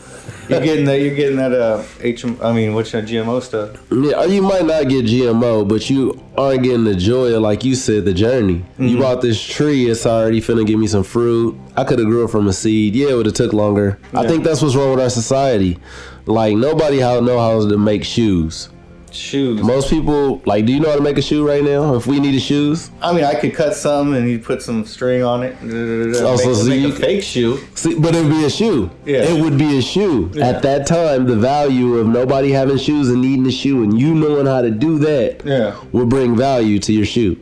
Speaker 1: You're getting that. You're getting that. Uh, HM. I mean, what's that GMO stuff?
Speaker 2: Yeah, or you might not get GMO, but you are getting the joy of, like you said, the journey. You
Speaker 1: Mm-hmm.
Speaker 2: bought this tree; it's already finna give me some fruit. I could have grew it from a seed. Yeah, it would have took longer. I
Speaker 1: Yeah.
Speaker 2: think that's what's wrong with our society. Like nobody how know how to make shoes.
Speaker 1: Shoes.
Speaker 2: Most people like, do you know how to make a shoe right now? If we needed shoes,
Speaker 1: I mean, I could cut some and you put some string on it.
Speaker 2: Oh,
Speaker 1: make,
Speaker 2: so so
Speaker 1: make
Speaker 2: you-
Speaker 1: a fake shoe.
Speaker 2: See, but it'd be a shoe.
Speaker 1: Yeah.
Speaker 2: It would be a shoe.
Speaker 1: Yeah.
Speaker 2: At that time, the value of nobody having shoes and needing a shoe and you knowing how to do that
Speaker 1: Yeah.
Speaker 2: will bring value to your shoe.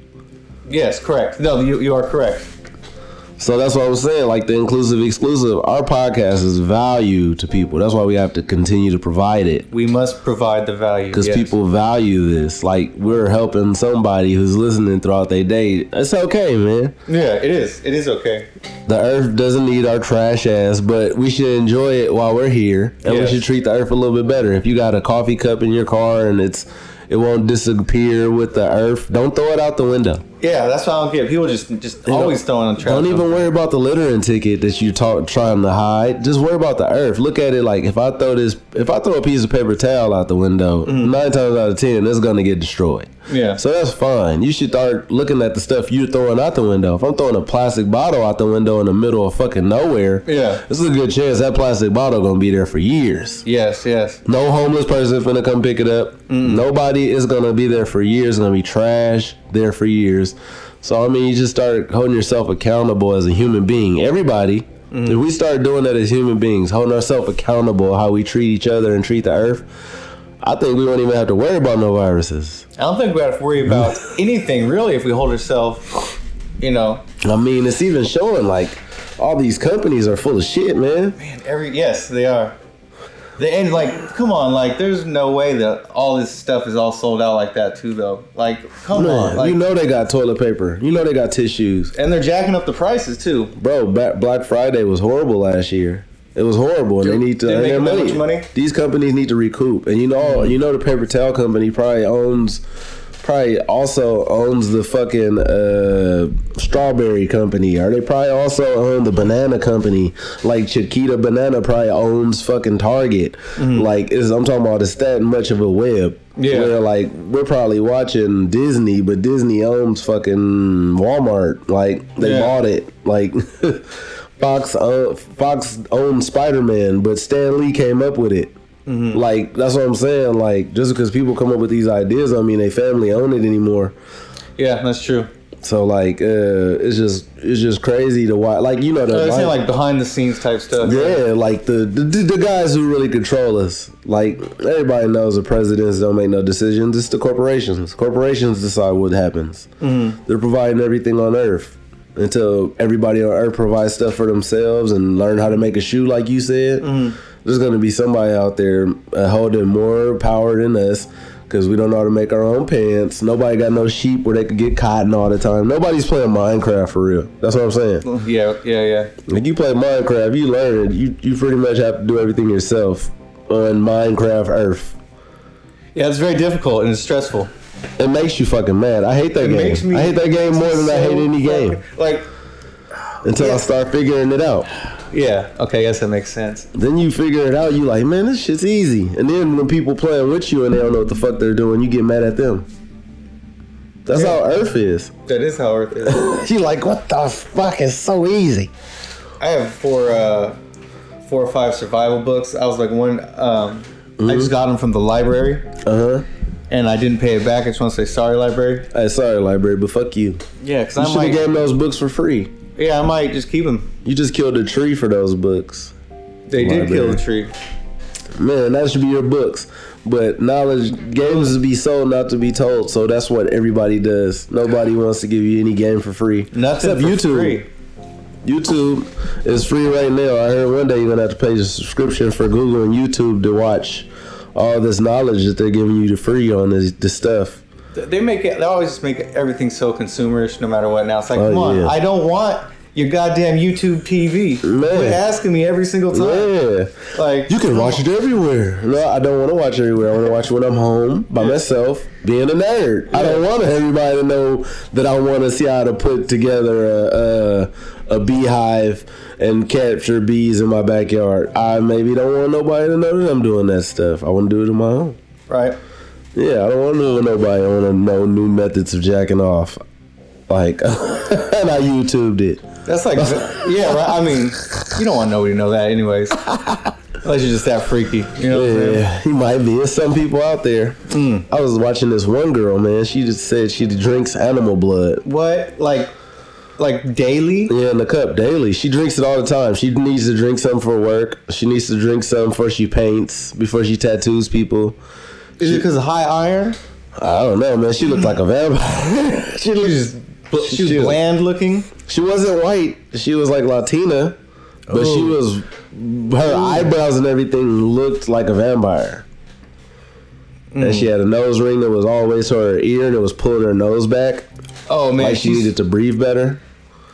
Speaker 1: Yes, correct. No, you, you are correct.
Speaker 2: So that's what I'm saying. Like the inclusive exclusive, our podcast is value to people. That's why we have to continue to provide it
Speaker 1: We must provide the value.
Speaker 2: because
Speaker 1: yes.
Speaker 2: people value this. Like we're helping somebody who's listening throughout their day. It's okay, man.
Speaker 1: Yeah, it is. It is okay.
Speaker 2: The earth doesn't need our trash ass, but we should enjoy it while we're here, and we
Speaker 1: Yes.
Speaker 2: should treat the earth a little bit better. If you got a coffee cup in your car and it's it won't disappear with the earth, don't throw it out the window.
Speaker 1: Yeah, that's what I don't get. People just just
Speaker 2: don't-
Speaker 1: always throwing on trash.
Speaker 2: Don't even worry about the littering ticket that you talk, trying to hide. Just worry about the earth. Look at it like if I throw this, if I throw a piece of paper towel out the window, nine times out of ten, it's gonna get destroyed.
Speaker 1: Yeah.
Speaker 2: So that's fine. You should start looking at the stuff you're throwing out the window. If I'm throwing a plastic bottle out the window in the middle of fucking nowhere,
Speaker 1: Yeah.
Speaker 2: this is a good chance that plastic bottle gonna be there for years.
Speaker 1: Yes, yes.
Speaker 2: No homeless person finna come pick it up. Nobody is gonna be there for years. Gonna be trash there for years. So I mean, you just start holding yourself accountable as a human being. Everybody, if we start doing that as human beings, holding ourselves accountable, how we treat each other and treat the earth, I think we won't even have to worry about no viruses.
Speaker 1: I don't think we have to
Speaker 2: [LAUGHS]
Speaker 1: worry about anything really if we hold ourselves, you know.
Speaker 2: I mean, it's even showing like all these companies are full of shit, man.
Speaker 1: Man, every yes, they are. The end, like, come on, like, there's no way that all this stuff is all sold out like that too, though. Like, come on,
Speaker 2: Man,
Speaker 1: like,
Speaker 2: you know they got toilet paper. You know they got tissues.
Speaker 1: and they're jacking up the prices too.
Speaker 2: Bro, Ba- Black Friday was horrible last year. It was horrible, and they need to
Speaker 1: Didn't
Speaker 2: earn
Speaker 1: make
Speaker 2: their
Speaker 1: that
Speaker 2: money.
Speaker 1: much money?
Speaker 2: These companies need to recoup, and you know, you know, the paper towel company probably owns, probably also owns the fucking uh, strawberry company, or they probably also own the banana company. Like Chiquita Banana probably owns fucking Target. Like, is I'm talking about it's that much of a web.
Speaker 1: Mm. Yeah.
Speaker 2: Where like we're probably watching Disney, but Disney owns fucking Walmart. Like they
Speaker 1: Yeah.
Speaker 2: bought it. Like [LAUGHS] Fox, uh, Fox owned Spider Man, but Stan Lee came up with it. Like that's what I'm saying. Like just because people come up with these ideas, I mean, they family own it anymore.
Speaker 1: Yeah, that's true.
Speaker 2: So like, uh, it's just it's just crazy to watch. Like you know, the
Speaker 1: So they're saying
Speaker 2: like-
Speaker 1: like behind the scenes type stuff.
Speaker 2: yeah, like the, the the guys who really control us. Like everybody knows, the presidents don't make no decisions. It's the corporations. Corporations decide what happens. Mm-hmm. They're providing everything on Earth until everybody on Earth provides stuff for themselves and learn how to make a shoe, like you said. There's gonna be somebody out there uh, holding more power than us. Cause we don't know how to make our own pants. Nobody got no sheep where they could get cotton all the time. Nobody's playing Minecraft for real. That's what I'm saying.
Speaker 1: yeah, yeah, yeah.
Speaker 2: Like you play Minecraft, you learn it. You you pretty much have to do everything yourself on Minecraft Earth.
Speaker 1: Yeah, it's very difficult and it's stressful.
Speaker 2: It makes you fucking mad. I hate that game.
Speaker 1: makes me-
Speaker 2: I hate that game more than I hate any game
Speaker 1: Like,
Speaker 2: until I start figuring it out.
Speaker 1: yeah, okay, I guess that makes sense.
Speaker 2: Then you figure it out. You like, man, this shit's easy. And then when people playing with you and they don't know what the fuck they're doing, you get mad at them. That's how Earth is.
Speaker 1: That is how Earth is.
Speaker 2: You like, what the fuck? It's so easy.
Speaker 1: I have four, uh, four or five survival books. I was like one. Um, I just got them from the library,
Speaker 2: Uh huh.
Speaker 1: and I didn't pay it back. I just want to say sorry, library.
Speaker 2: Hey, sorry, library, but fuck you.
Speaker 1: Yeah, because
Speaker 2: You
Speaker 1: I
Speaker 2: should have
Speaker 1: might.
Speaker 2: gave 'em those books for free.
Speaker 1: yeah, I might just keep them.
Speaker 2: You just killed a tree for those books.
Speaker 1: They did kill
Speaker 2: Library.
Speaker 1: the tree.
Speaker 2: Man, that should be your books. But knowledge, games is to be sold, not to be told. So that's what everybody does. Nobody wants to give you any game for free.
Speaker 1: Nothing
Speaker 2: Except
Speaker 1: for
Speaker 2: YouTube.
Speaker 1: free.
Speaker 2: YouTube is free right now. I heard one day you're gonna have to pay a subscription for Google and YouTube to watch all this knowledge that they're giving you to free on this, this stuff.
Speaker 1: They make it. They always just make everything so consumerish, no matter what. Now it's like,
Speaker 2: Oh,
Speaker 1: come on,
Speaker 2: yeah.
Speaker 1: I don't want your goddamn YouTube TV.
Speaker 2: Man.
Speaker 1: Quit asking me every single time.
Speaker 2: Yeah,
Speaker 1: Like
Speaker 2: you can watch it everywhere. No, I don't want to watch everywhere. I want to watch when I'm home by myself, being a nerd. I don't want everybody to know that I want to see how to put together a, a a beehive and capture bees in my backyard. I maybe don't want nobody to know that I'm doing that stuff. I want to do it in my home.
Speaker 1: right.
Speaker 2: Yeah, I don't want to know nobody. I want to know new methods of jacking off. Like, [LAUGHS] and I YouTubed it. [LAUGHS]
Speaker 1: That's like, yeah, right. I mean, you don't want nobody to know that,
Speaker 2: [LAUGHS]
Speaker 1: anyways. Unless you're just that freaky, you know. What I'm saying? Hmm.
Speaker 2: Yeah, he might be. There's some people out there. I was watching this one girl, man. She just said she drinks animal blood.
Speaker 1: What, like, like daily?
Speaker 2: Yeah, in the cup daily. She drinks it all the time. She needs to drink some for work. She needs to drink some before she paints, before she tattoos people.
Speaker 1: Is it because of high iron?
Speaker 2: I don't know, man. She looked like a vampire. [LAUGHS] she looked
Speaker 1: She's just
Speaker 2: She
Speaker 1: she's
Speaker 2: was-
Speaker 1: bland looking.
Speaker 2: She wasn't white. She was like Latina, but she
Speaker 1: Oh.
Speaker 2: was her eyebrows and everything looked like a vampire. And she had a nose ring that was always to her ear and it was pulling her nose back.
Speaker 1: Oh man,
Speaker 2: Like she
Speaker 1: she's.
Speaker 2: needed to breathe better.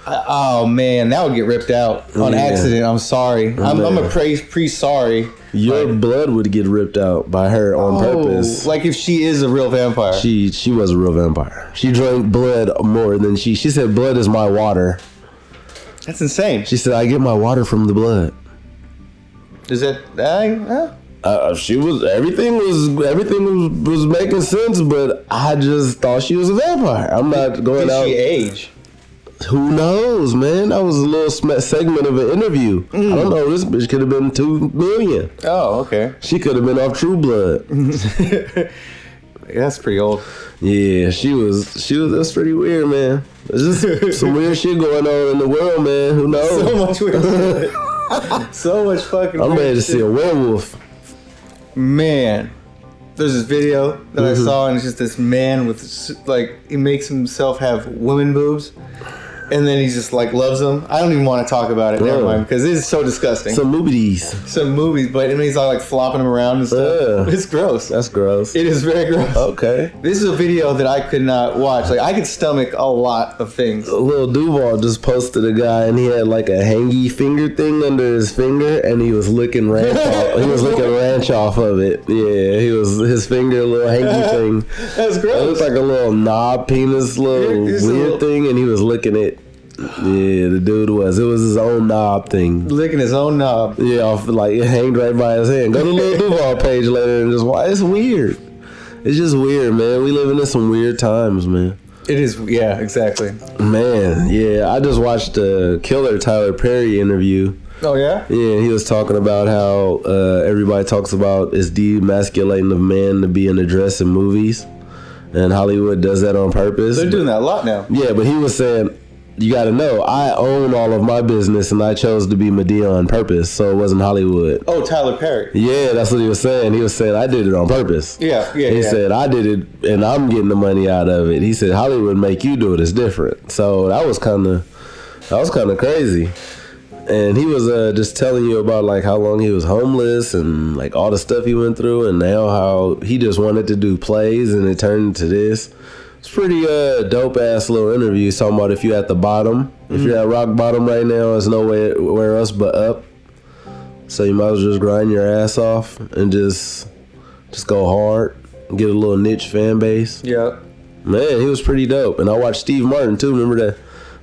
Speaker 1: oh man, that would get ripped out on
Speaker 2: Yeah.
Speaker 1: accident. I'm sorry. I'm, I'm a
Speaker 2: Man.
Speaker 1: pre pre sorry.
Speaker 2: Your blood would get ripped out by her
Speaker 1: Oh.
Speaker 2: on purpose.
Speaker 1: Like if she is a real vampire.
Speaker 2: She she was a real vampire. She drank blood more than she she said blood is my water.
Speaker 1: That's insane.
Speaker 2: She said I get my water from the blood.
Speaker 1: Is that I, huh?
Speaker 2: uh, she was everything was everything was, was making sense, but I just thought she was a vampire. I'm not going
Speaker 1: Did
Speaker 2: out.
Speaker 1: she age?
Speaker 2: Who knows, man? That was a little sm- segment of an interview. I
Speaker 1: Mm.
Speaker 2: don't know. This bitch could have been two million. [LAUGHS]
Speaker 1: Oh, okay.
Speaker 2: She could have been off True Blood.
Speaker 1: Yeah, that's pretty old.
Speaker 2: yeah, she was. She was. That's pretty weird, man. There's
Speaker 1: [LAUGHS]
Speaker 2: just some weird shit going on in the world, man. Who knows?
Speaker 1: [LAUGHS] So much weird.
Speaker 2: [LAUGHS]
Speaker 1: [LAUGHS] so much fucking.
Speaker 2: I'm
Speaker 1: weird
Speaker 2: ready to
Speaker 1: shit.
Speaker 2: see a werewolf.
Speaker 1: man there's this video that
Speaker 2: Mm-hmm.
Speaker 1: i saw and it's just this man with s- like he makes himself have women boobs and then he just like loves them i don't even want to talk about it never
Speaker 2: Bro.
Speaker 1: mind because it is so disgusting
Speaker 2: Some movies.
Speaker 1: some movies but and he's all like flopping them around and stuff
Speaker 2: Ugh.
Speaker 1: it's gross
Speaker 2: That's gross.
Speaker 1: it is very gross
Speaker 2: okay.
Speaker 1: this is a video that i could not watch like i could stomach a lot of things
Speaker 2: Lil Duval just posted a guy and he had like a hangy finger thing under his finger and he was licking
Speaker 1: [LAUGHS]
Speaker 2: ranch off. He was licking ranch off of it. Yeah, he was his finger a little
Speaker 1: [LAUGHS]
Speaker 2: hangy thing.
Speaker 1: that's
Speaker 2: It
Speaker 1: gross
Speaker 2: looked like a little knob penis little
Speaker 1: It's a
Speaker 2: weird
Speaker 1: little-
Speaker 2: thing and he was licking it. Yeah, the dude was. It was his own knob thing.
Speaker 1: licking his own knob
Speaker 2: Yeah, off, like it hanged right by his hand. Go to Lil Duval page later and just why it's weird. It's just weird, man. We living in some weird times, man.
Speaker 1: it is yeah exactly
Speaker 2: Man, yeah, I just watched the killer Tyler Perry interview.
Speaker 1: oh yeah
Speaker 2: Yeah, he was talking about how uh, everybody talks about it's demasculating of man to be in a dress in movies, and Hollywood does that on purpose.
Speaker 1: they're doing that a lot now
Speaker 2: yeah, but he was saying, you got to know, I own all of my business, and I chose to be Medea on purpose, so it wasn't Hollywood.
Speaker 1: oh tyler perry
Speaker 2: Yeah, that's what he was saying. He was saying I did it on purpose.
Speaker 1: yeah yeah
Speaker 2: He
Speaker 1: yeah.
Speaker 2: said, I did it and I'm getting the money out of it. He said, Hollywood make you do it. It's different. So that was kind of, that was kind of crazy. And he was uh, just telling you about like how long he was homeless and like all the stuff he went through and now how he just wanted to do plays and it turned into this. It's pretty uh, dope ass little interview He's talking about if you're at the bottom, if you're
Speaker 1: Mm-hmm.
Speaker 2: at rock bottom right now, there's nowhere where else but up. So you might as well just grind your ass off and just just go hard, get a little niche fan base.
Speaker 1: yeah
Speaker 2: Man, he was pretty dope. And I watched Steve Martin too. Remember that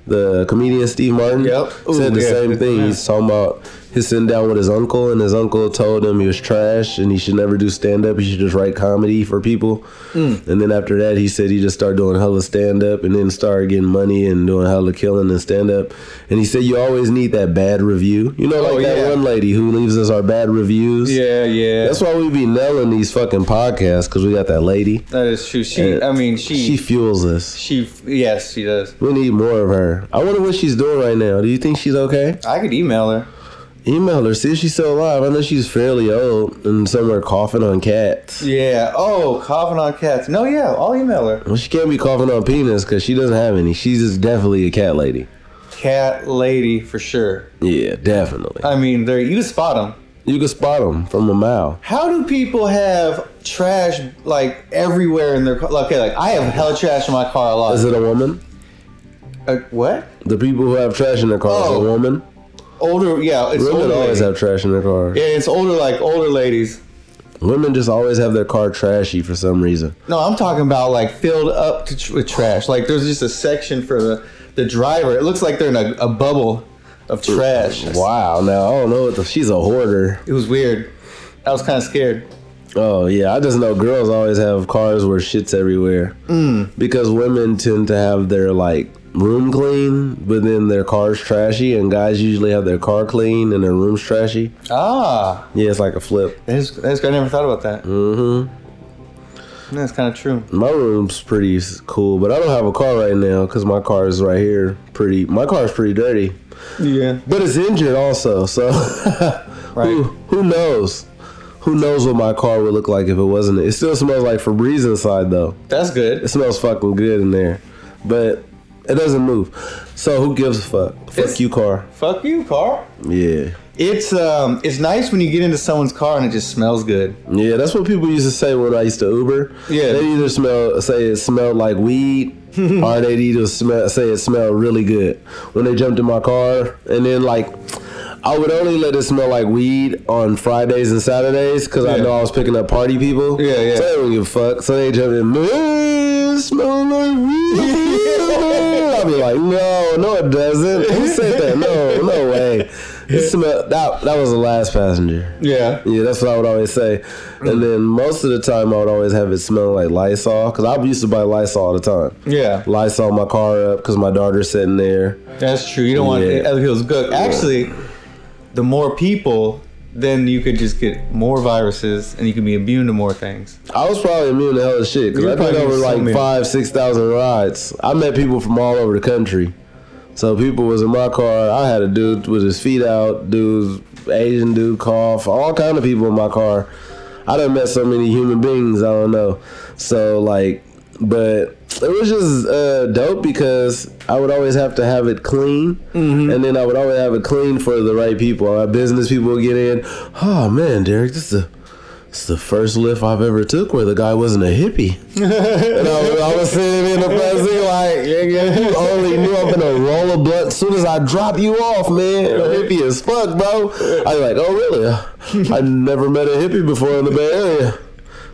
Speaker 2: the comedian Steve Martin?
Speaker 1: Yep. Ooh,
Speaker 2: said the
Speaker 1: yeah.
Speaker 2: same thing. He's talking about He's sitting down with his uncle, and his uncle told him he was trash and he should never do stand up. He should just write comedy for people.
Speaker 1: Mm.
Speaker 2: And then after that, he said he just started doing hella stand up and then started getting money and doing hella killing and stand up. And he said you always need that bad review. You know, like
Speaker 1: Oh,
Speaker 2: that
Speaker 1: yeah.
Speaker 2: one lady who leaves us our bad reviews.
Speaker 1: Yeah, yeah.
Speaker 2: That's
Speaker 1: That's
Speaker 2: why we be nailing these fucking podcasts because we got that lady.
Speaker 1: true. She, I mean,
Speaker 2: Uh, She
Speaker 1: she, she,
Speaker 2: fuels us.
Speaker 1: yes, she does.
Speaker 2: We need more of her. I wonder what she's doing right now. Do you think she's okay?
Speaker 1: I could email her.
Speaker 2: Email her, see if she's still alive. I know she's fairly old and somewhere coughing on cats.
Speaker 1: Yeah. Oh, coughing on cats. No, yeah, I'll email her.
Speaker 2: Well, she can't be coughing on penis because she doesn't have any. She's just definitely a cat lady.
Speaker 1: Cat lady for sure.
Speaker 2: Yeah, definitely.
Speaker 1: I mean, there you spot them.
Speaker 2: You can spot them from a mile.
Speaker 1: How do people have trash like everywhere in their car? Okay, like I have hella trash in my car a lot.
Speaker 2: Is it a woman?
Speaker 1: Uh, what?
Speaker 2: The people who have trash in their cars,
Speaker 1: Oh.
Speaker 2: a woman.
Speaker 1: Older? Yeah, it's
Speaker 2: Women
Speaker 1: older.
Speaker 2: always
Speaker 1: lady.
Speaker 2: have trash in their car.
Speaker 1: yeah, it's older like older ladies.
Speaker 2: Women just always have their car trashy for some reason.
Speaker 1: No, I'm talking about like filled up to tr- with trash. Like there's just a section for the the driver. It looks like they're in a, a bubble of trash.
Speaker 2: Wow, now I don't know. What the, she's a hoarder.
Speaker 1: It was weird. I was kind of scared.
Speaker 2: Oh yeah, I just know girls always have cars where shits everywhere. Mm. Because women tend to have their like room clean, but then their car's trashy, and guys usually have their car clean and their room's trashy.
Speaker 1: Ah,
Speaker 2: Yeah, it's like a flip.
Speaker 1: that's, that's I never thought about that. Mm-hmm. That's kind of true.
Speaker 2: My room's pretty s- cool, but I don't have a car right now because my car is right here. Pretty, my car's pretty dirty,
Speaker 1: Yeah.
Speaker 2: but it's injured also. So [LAUGHS] who
Speaker 1: Right.
Speaker 2: who knows? Who knows what my car would look like if it wasn't? It still smells like Febreze inside though.
Speaker 1: That's
Speaker 2: It
Speaker 1: good.
Speaker 2: smells fucking good in there, but it doesn't move. So who gives a fuck? Fuck
Speaker 1: It's-
Speaker 2: you, car.
Speaker 1: Fuck you, car.
Speaker 2: Yeah,
Speaker 1: It's um, it's nice when you get into someone's car and it just smells good.
Speaker 2: yeah. That's what people used to say when I used to Uber.
Speaker 1: Yeah.
Speaker 2: they either smell say it smelled like
Speaker 1: [LAUGHS]
Speaker 2: weed, or they either smell say it smelled really good when they jumped in my car. And then like, I would only let it smell like weed on Fridays and Saturdays because I
Speaker 1: Yeah.
Speaker 2: know I was picking up party people.
Speaker 1: Yeah, yeah.
Speaker 2: So they don't give a fuck. So they jump in. "Man, it Smell like [LAUGHS] weed. I'll be like, no, no, it doesn't. Who said that? No, no way. It smell that. That was the last passenger.
Speaker 1: Yeah.
Speaker 2: Yeah, that's what I would always say. And then most of the time, I would always have it smell like Lysol because I used to buy Lysol all the time.
Speaker 1: Yeah.
Speaker 2: Lysol my car up because my daughter's sitting there.
Speaker 1: That's true. You don't want
Speaker 2: Yeah.
Speaker 1: other people's good. Actually, the more people, then you could just get more viruses and you can be immune to more things.
Speaker 2: I was probably immune to hell as shit because
Speaker 1: You're
Speaker 2: I did
Speaker 1: probably
Speaker 2: over
Speaker 1: so
Speaker 2: like
Speaker 1: immune.
Speaker 2: five, six thousand rides. I met people from all over the country. So people was in my car. I had a dude with his feet out, dudes, Asian dude cough, all kind of people in my car. I done met so many human beings. I don't know. So like, but it was just uh, dope because I would always have to have it clean,
Speaker 1: Mm-hmm.
Speaker 2: and then I would always have it clean for the right people. Our business people would get in. Oh man, Derek, this is. A, it's the first lift I've ever took where the guy wasn't a hippie. and I was, I was sitting in the front seat like, yeah, yeah, you only knew I'm gonna roll a blunt as soon as I drop you off, man. A hippie as fuck, bro. I was like, oh really? I never met a hippie before in the Bay Area.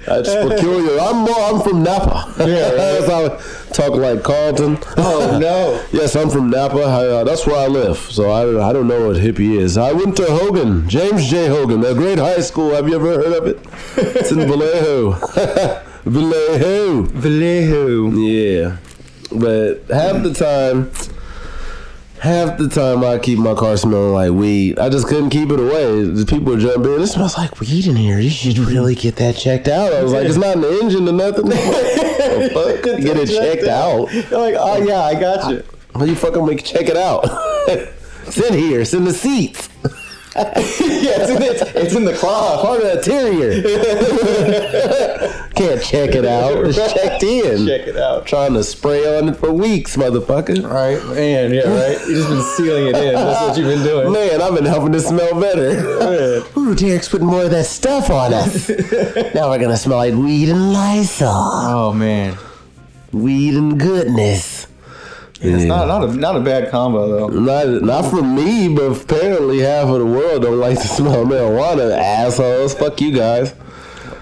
Speaker 2: That's peculiar. I'm more, I'm from Napa.
Speaker 1: Yeah, right.
Speaker 2: [LAUGHS] that's how I talk like Carlton.
Speaker 1: Oh no.
Speaker 2: Yes, I'm from Napa. I, uh, that's where I live. So I, I don't know what hippie is. I went to Hogan, James J. Hogan, a great high school. Have you ever heard of it? It's
Speaker 1: [LAUGHS]
Speaker 2: in Vallejo. [LAUGHS] Vallejo.
Speaker 1: Vallejo.
Speaker 2: Yeah. But half the time, half the time I keep my car smelling like weed. I just couldn't keep it away. The people would jump in. It smells like weed in here. You should really get that checked out. I was like, it's not in the engine or nothing. [LAUGHS] The fuck?
Speaker 1: [LAUGHS]
Speaker 2: Get it checked out.
Speaker 1: They're like, oh yeah, I got you.
Speaker 2: How you fucking make check it out? [LAUGHS] it's in here. It's in the seats.
Speaker 1: [LAUGHS] yeah, it's in, it's, it's in the cloth.
Speaker 2: Part of the interior. [LAUGHS] Can't check it out.
Speaker 1: [LAUGHS]
Speaker 2: It's checked in.
Speaker 1: Check it out.
Speaker 2: Trying to spray on it for weeks, motherfucker.
Speaker 1: Right, man. Yeah, right. You just been sealing it in. That's what you've been doing.
Speaker 2: Man, I've been helping to smell better.
Speaker 1: Man.
Speaker 2: [LAUGHS] Ooh, Derek's putting more of that stuff on
Speaker 1: [LAUGHS]
Speaker 2: us. now we're gonna smell like weed and Lysol,
Speaker 1: Oh man,
Speaker 2: weed and goodness.
Speaker 1: it's
Speaker 2: Yeah.
Speaker 1: not not a not a bad combo though.
Speaker 2: Not, not for me, but apparently half of the world don't like to smell marijuana. Assholes, fuck you guys.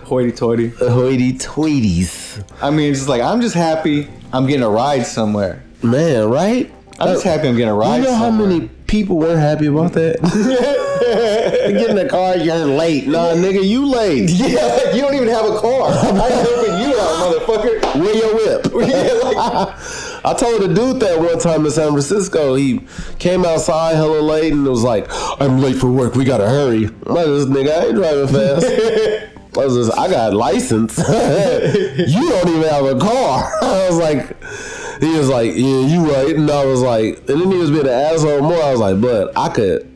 Speaker 1: Hoity-toity.
Speaker 2: Hoity toities.
Speaker 1: I mean, it's just like I'm just happy I'm getting a ride somewhere.
Speaker 2: Man, right?
Speaker 1: I'm just happy I'm getting a
Speaker 2: You
Speaker 1: ride.
Speaker 2: know how
Speaker 1: somewhere.
Speaker 2: many people weren't happy about that. [LAUGHS] Get in the car, you're late. Nah, nigga, you late.
Speaker 1: [LAUGHS] [LAUGHS] Yeah, like you don't even have a car. [LAUGHS] I helping you out,
Speaker 2: [LAUGHS]
Speaker 1: motherfucker. [LAUGHS]
Speaker 2: Where your whip?
Speaker 1: Yeah, like,
Speaker 2: I told a dude that one time in San Francisco. He came outside hella late and was like, "I'm late for work. We gotta hurry." I'm like, "This nigga, I ain't driving fast." [LAUGHS] I was just, I got license. [LAUGHS] you don't even have a car. [LAUGHS] I was like, he was like, "Yeah, you right." And I was like, and then he was being an asshole more. I was like, "But I could."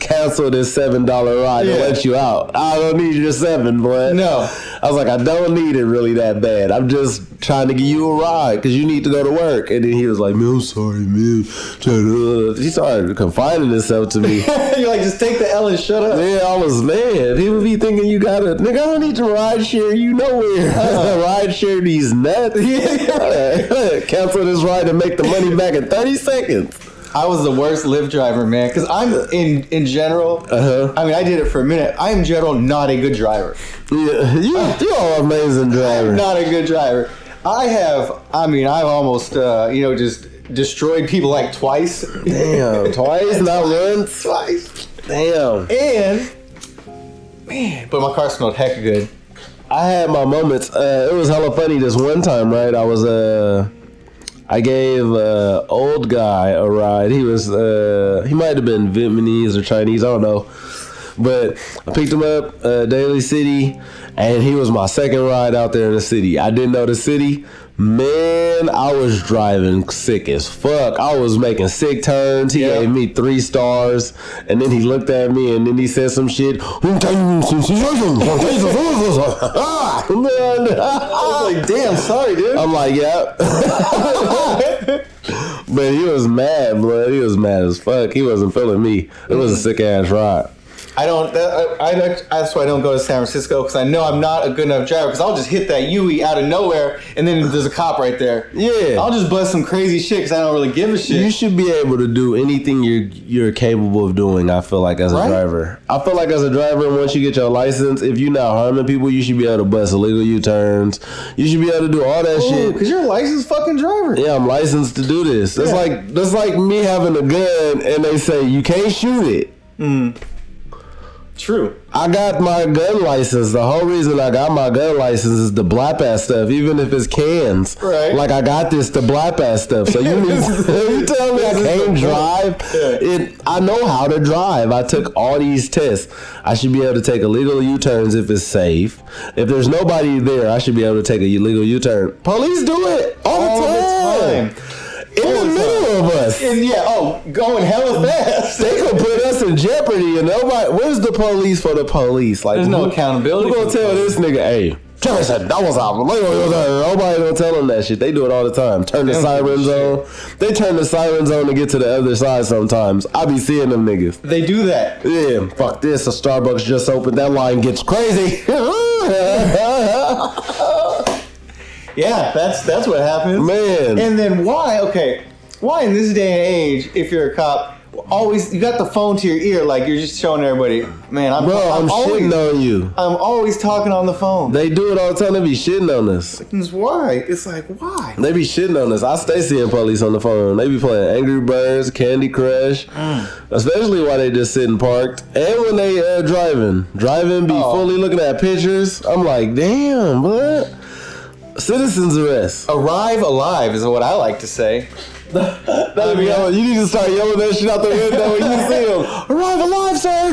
Speaker 2: Cancel this seven dollar ride and
Speaker 1: Yeah.
Speaker 2: let you out. I don't need your seven, boy.
Speaker 1: No.
Speaker 2: I was like, I don't need it really that bad. I'm just trying to give you a ride because you need to go to work. And then he was like, man, I'm sorry, man. He started confiding himself to me. [LAUGHS]
Speaker 1: You're like, just take the L and shut up.
Speaker 2: Yeah, I was mad. People be thinking you gotta, nigga, I don't need to ride share you nowhere. [LAUGHS] ride share these nuts. [LAUGHS] Cancel this ride and make the money back in 30 seconds.
Speaker 1: I was the worst Lyft driver, man, because I'm in in general.
Speaker 2: Uh-huh.
Speaker 1: I mean, I did it for a minute. I am in general not a good driver.
Speaker 2: Yeah, you, you are amazing driver.
Speaker 1: Not a good driver. I have. I mean, I've almost uh, you know just destroyed people like twice.
Speaker 2: Damn, twice, not once.
Speaker 1: [LAUGHS] twice.
Speaker 2: Damn.
Speaker 1: And man, but my car smelled heck good.
Speaker 2: I had my moments. Uh, it was hella funny this one time, right? I was uh, I gave uh, old guy a ride. He was uh, he might have been Vietnamese or Chinese, I don't know. But I picked him up uh, Daly City, and he was my second ride out there in the city. I didn't know the city. Man, I was driving sick as fuck. I was making sick turns. He
Speaker 1: Yeah.
Speaker 2: gave me three stars, and then he looked at me, and then he said some shit. [LAUGHS]
Speaker 1: I was like, damn, sorry,
Speaker 2: [LAUGHS]
Speaker 1: dude.
Speaker 2: I'm like, yeah. but he was mad, blood. He was mad as fuck. He wasn't feeling me. It was a
Speaker 1: Mm.
Speaker 2: sick ass ride.
Speaker 1: [LAUGHS] I don't. That, I, I don't- that's why I don't go to San Francisco because I know I'm not a good enough driver. Because I'll just hit that UE out of nowhere, and then there's a cop right there.
Speaker 2: Yeah.
Speaker 1: I'll just bust some crazy shit because I don't really give a shit.
Speaker 2: You should be able to do anything you're you're capable of doing. I feel like as a
Speaker 1: Right?
Speaker 2: driver, I feel like as a driver, once you get your license, if you're not harming people, you should be able to bust illegal U turns. You should be able to do all that shit.
Speaker 1: because you're a licensed fucking driver.
Speaker 2: yeah, I'm licensed to do this. That's
Speaker 1: Yeah.
Speaker 2: like that's like me having a gun and they say you can't shoot it.
Speaker 1: True.
Speaker 2: I got my gun license. The whole reason I got my gun license is the blap ass stuff, even if it's cans.
Speaker 1: Right.
Speaker 2: Like I got this the blap ass stuff. So you,
Speaker 1: [LAUGHS]
Speaker 2: mean, [LAUGHS] you tell me I
Speaker 1: This is the
Speaker 2: can't
Speaker 1: point.
Speaker 2: drive?
Speaker 1: Yeah.
Speaker 2: It. I know how to drive. I took all these tests. I should be able to take illegal U turns if it's safe. If there's nobody there, I should be able to take a illegal U turn. Police do it all,
Speaker 1: All the
Speaker 2: the time.
Speaker 1: time.
Speaker 2: In
Speaker 1: All
Speaker 2: the
Speaker 1: the
Speaker 2: middle of us.
Speaker 1: And yeah, oh, going hella fast.
Speaker 2: They could put us in jeopardy, and nobody. Where's the police for the police? Like,
Speaker 1: There's no
Speaker 2: who-
Speaker 1: accountability
Speaker 2: Who gonna
Speaker 1: for the
Speaker 2: tell this nigga, hey, Trevor said that was awful. Nobody gonna tell them that shit. They do it all the time. Turn the
Speaker 1: They don't give a
Speaker 2: sirens on. They turn the sirens on to get to the other side. Sometimes I be seeing them niggas.
Speaker 1: They do that.
Speaker 2: Yeah, fuck this. A Starbucks just opened. That line gets crazy. [LAUGHS]
Speaker 1: Yeah, that's that's what happens.
Speaker 2: Man.
Speaker 1: And then why? Okay, why in this day and age, if you're a cop, always you got the phone to your ear, like you're just showing everybody, man. I'm,
Speaker 2: Bro, I'm,
Speaker 1: always,
Speaker 2: shitting on you.
Speaker 1: I'm always talking on the phone.
Speaker 2: They do it all the time. They be shitting on us.
Speaker 1: That's why. It's like why?
Speaker 2: They be shitting on us. I stay seeing police on the phone. They be playing Angry Birds, Candy Crush, especially while they just sitting parked and when they uh, driving. Driving be
Speaker 1: Oh.
Speaker 2: fully looking at pictures. I'm like, damn, what? Citizens arrest.
Speaker 1: Arrive alive is what I like to say.
Speaker 2: That'd be all- you need to start yelling that shit out the window when you see them. [LAUGHS] Arrive alive, sir.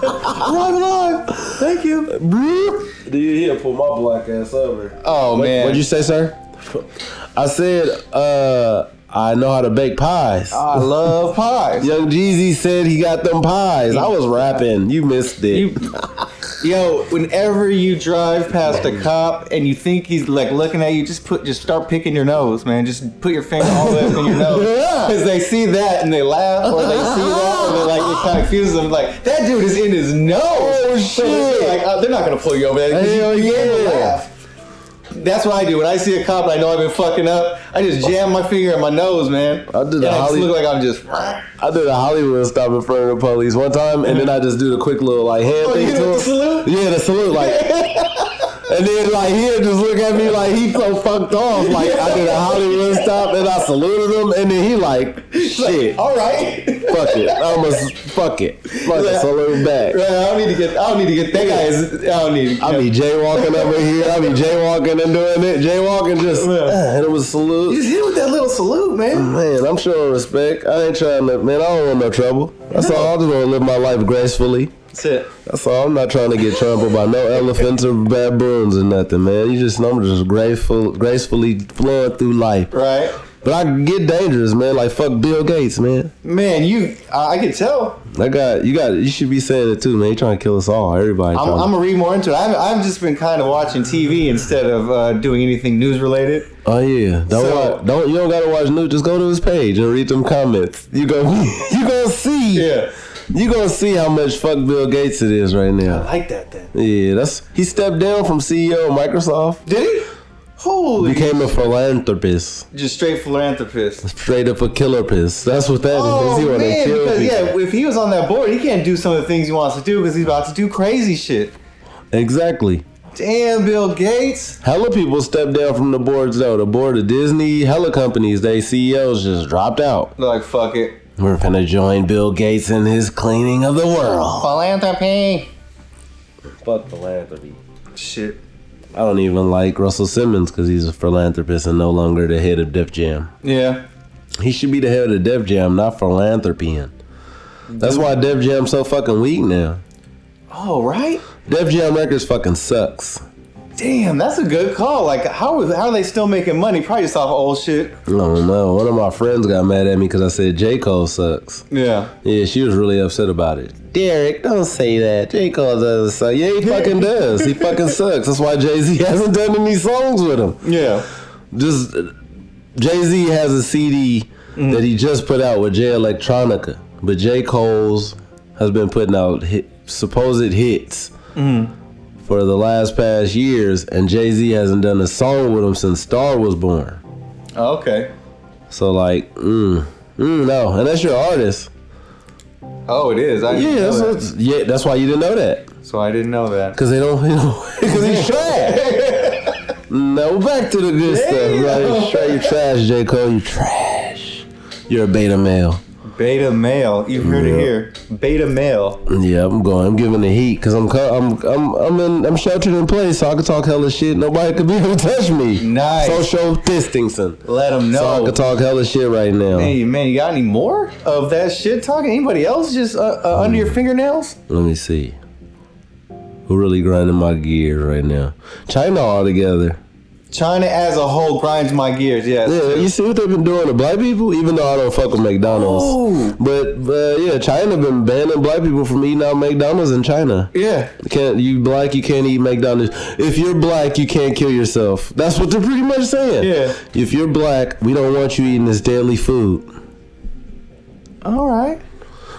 Speaker 2: [LAUGHS] Arrive alive.
Speaker 1: Thank you.
Speaker 2: Bloop. Dude, he'll pull my black ass over.
Speaker 1: Oh man.
Speaker 2: What'd you say, sir? I said, uh, I know how to bake pies.
Speaker 1: I love pies.
Speaker 2: Young Jeezy said he got them pies. I was rapping. You missed it.
Speaker 1: You- Yo, whenever you drive past a cop and you think he's like looking at you, just put just start picking your nose, man. Just put your finger all the way up in your nose.
Speaker 2: [LAUGHS] Yeah.
Speaker 1: Because they see that and they laugh, or they see that and they like it kind of confuses them. Like that dude is in his nose. Oh
Speaker 2: shit.
Speaker 1: like oh, they're not gonna pull you over there. 'cause
Speaker 2: Hell
Speaker 1: you, you can't
Speaker 2: yeah.
Speaker 1: laugh. That's what I do when I see a cop and I know I've been fucking up. I just jam my finger in my nose, man.
Speaker 2: I did
Speaker 1: and
Speaker 2: the
Speaker 1: I just
Speaker 2: Holly-
Speaker 1: look like I'm just.
Speaker 2: I did a Hollywood stop in front of the police one time, and then I just do the quick little like hand
Speaker 1: Oh,
Speaker 2: thing
Speaker 1: you
Speaker 2: to
Speaker 1: did the
Speaker 2: him.
Speaker 1: [LAUGHS] salute?
Speaker 2: Yeah, the salute. Like And then like he'll just look at me like he so fucked off. Like I did a Hollywood stop and I saluted him and then he like shit.
Speaker 1: All right.
Speaker 2: Fuck it. I almost fuck it. Fuck
Speaker 1: Yeah.
Speaker 2: it. Salute back.
Speaker 1: Right, I don't need to get. I don't need to get that guy. Is, I don't need.
Speaker 2: I be jaywalking over here. I be jaywalking and doing it. Jaywalking just
Speaker 1: Yeah.
Speaker 2: uh, and it was salute.
Speaker 1: just hit with that little salute, man.
Speaker 2: Man, I'm showing respect. I ain't trying to man, I don't want no trouble. That's all I just wanna live my life gracefully.
Speaker 1: That's it.
Speaker 2: That's all. I'm not trying to get trampled by no elephants or baboons or nothing, man. You just, I'm just grateful, gracefully flowing through life.
Speaker 1: Right,
Speaker 2: But I can get dangerous, man. Like fuck Bill Gates, man.
Speaker 1: man. You, I, I can tell.
Speaker 2: I got you. Got you should be saying it too, man. You trying to kill us all, everybody.
Speaker 1: I'm,
Speaker 2: trying
Speaker 1: I'm
Speaker 2: to-
Speaker 1: gonna read more into it. I've, I've just been kind of watching TV instead of uh, doing anything news related.
Speaker 2: oh yeah. Don't
Speaker 1: So-
Speaker 2: watch, don't you don't gotta watch Newt. Just go to his page and read them comments. You go [LAUGHS] you gonna see
Speaker 1: Yeah,
Speaker 2: you gonna see how much fuck Bill Gates it is right
Speaker 1: I
Speaker 2: now.
Speaker 1: like that. Then
Speaker 2: Yeah, that's he stepped down from CEO of Microsoft,
Speaker 1: did he? Holy,
Speaker 2: became a philanthropist.
Speaker 1: just straight philanthropist.
Speaker 2: Straight up a killer piss. That's what that is.
Speaker 1: Oh
Speaker 2: He wanna
Speaker 1: man,
Speaker 2: kill
Speaker 1: because
Speaker 2: people.
Speaker 1: yeah, if he was on that board, he can't do some of the things he wants to do because he's about to do crazy shit.
Speaker 2: Exactly.
Speaker 1: Damn, Bill Gates.
Speaker 2: Hella people stepped down from the boards though. The board of Disney, hella companies, they CEOs just dropped out.
Speaker 1: They're like, fuck it.
Speaker 2: We're finna join Bill Gates in his cleaning of the world.
Speaker 1: Philanthropy.
Speaker 2: Fuck philanthropy.
Speaker 1: Shit.
Speaker 2: I don't even like Russell Simmons because he's a philanthropist and no longer the head of Def Jam.
Speaker 1: Yeah.
Speaker 2: He should be the head of Def Jam, not philanthropying. That's why Def Jam so fucking weak now.
Speaker 1: Oh right.
Speaker 2: Def Jam Records fucking sucks.
Speaker 1: Damn, that's a good call. Like, how how are they still making money? Probably just off old shit.
Speaker 2: I don't know. One of my friends got mad at me because I said J. Cole sucks.
Speaker 1: Yeah.
Speaker 2: Yeah, she was really upset about it. Derek, don't say that. J. Cole doesn't suck. Yeah, [LAUGHS] he fucking does. He fucking sucks. That's why Jay Z [LAUGHS] hasn't done any songs with him.
Speaker 1: Yeah.
Speaker 2: Just Jay Z has a CD that he just put out with Jay Electronica, but J. Cole's has been putting out hit, supposed hits Mm. for the last past years, and Jay Z hasn't done a song with him since Star was born.
Speaker 1: Oh, Okay.
Speaker 2: So like, mm, mm, no, and that's your artist.
Speaker 1: Oh, it is. I didn't
Speaker 2: Yeah,
Speaker 1: know
Speaker 2: that's,
Speaker 1: that.
Speaker 2: that's- yeah, that's why you didn't know that
Speaker 1: so I didn't know [LAUGHS] that.
Speaker 2: because they don't, [LAUGHS] you know, because he's trash. no, back to the good stuff. Right? You tra- you trash, J Cole. You trash. You're a beta male.
Speaker 1: Beta male. You heard it here. Beta male.
Speaker 2: Yeah, I'm going. I'm giving the heat because I'm, co- I'm, I'm, I'm in, I'm sheltered in place, so I can talk hella shit. Nobody could be able to touch me.
Speaker 1: Nice.
Speaker 2: Social distancing.
Speaker 1: Let him
Speaker 2: So I
Speaker 1: know.
Speaker 2: can talk hella shit right now.
Speaker 1: Hey man, you got any more of that shit talking? Anybody else just uh, uh, under your fingernails?
Speaker 2: Let me see. Who really grinding my gears right now? China all together.
Speaker 1: China as a whole grinds my gears. Yes.
Speaker 2: Yeah, you see what they've been doing to black people? Even though I don't fuck with McDonald's.
Speaker 1: Oh.
Speaker 2: But uh, yeah, China been banning black people from eating out McDonald's in China.
Speaker 1: Yeah.
Speaker 2: Can't you black, you can't eat McDonald's. If you're black, you can't kill yourself. That's what they're pretty much saying.
Speaker 1: Yeah.
Speaker 2: If you're black, we don't want you eating this deadly food.
Speaker 1: All right.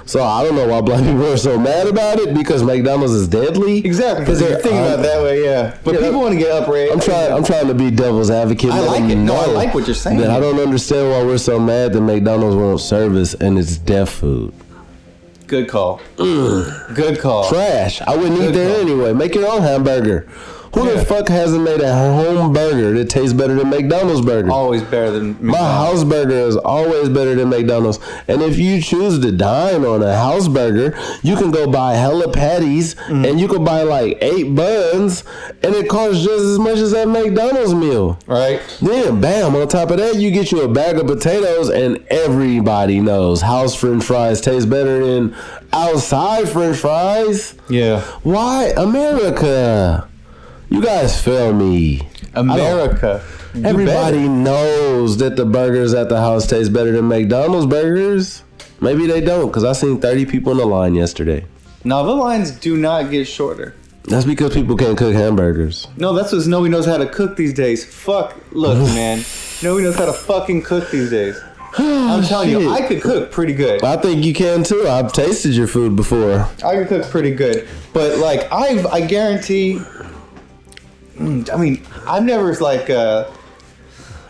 Speaker 2: So I don't know why black [LAUGHS] people are so mad about it because McDonald's is deadly.
Speaker 1: Exactly. Because
Speaker 2: They're
Speaker 1: they're thinking about
Speaker 2: un-
Speaker 1: it that way. Yeah. But
Speaker 2: Yeah,
Speaker 1: people want to get upraised.
Speaker 2: I'm trying. I'm trying to be devil's advocate.
Speaker 1: I
Speaker 2: Let
Speaker 1: like
Speaker 2: them
Speaker 1: it. No, I
Speaker 2: know
Speaker 1: like what you're saying.
Speaker 2: That I don't understand why we're so mad that McDonald's won't service and it's deaf food.
Speaker 1: Good call. Good call.
Speaker 2: Trash. I wouldn't eat
Speaker 1: Good
Speaker 2: there
Speaker 1: call.
Speaker 2: anyway. Make your own hamburger. Who
Speaker 1: Yeah.
Speaker 2: the fuck hasn't made a home burger that tastes better than McDonald's burger?
Speaker 1: Always better than
Speaker 2: My
Speaker 1: McDonald's.
Speaker 2: house burger is always better than McDonald's. And if you choose to dine on a house burger, you can go buy hella patties
Speaker 1: Mm.
Speaker 2: and you can buy like eight buns and it costs just as much as that McDonald's meal.
Speaker 1: Right.
Speaker 2: Then, bam, on top of that, you get you a bag of potatoes, and everybody knows house french fries taste better than outside french fries.
Speaker 1: Yeah.
Speaker 2: Why, America? You guys fail me.
Speaker 1: America. Do
Speaker 2: Everybody knows that the burgers at the house taste better than McDonald's burgers. Maybe they don't, because I seen 30 people in the line yesterday.
Speaker 1: better. Now the lines do not get shorter.
Speaker 2: That's because people can't cook hamburgers.
Speaker 1: No, that's because nobody knows how to cook these days. Fuck.
Speaker 2: [SIGHS]
Speaker 1: Look, man. Nobody knows how to fucking cook these days.
Speaker 2: Oh,
Speaker 1: I'm
Speaker 2: [SIGHS]
Speaker 1: telling you, I could cook pretty good.
Speaker 2: I think you can too. I've tasted your food before.
Speaker 1: I can cook pretty good, but like I've, I guarantee. Mm, I mean, I've never like uh,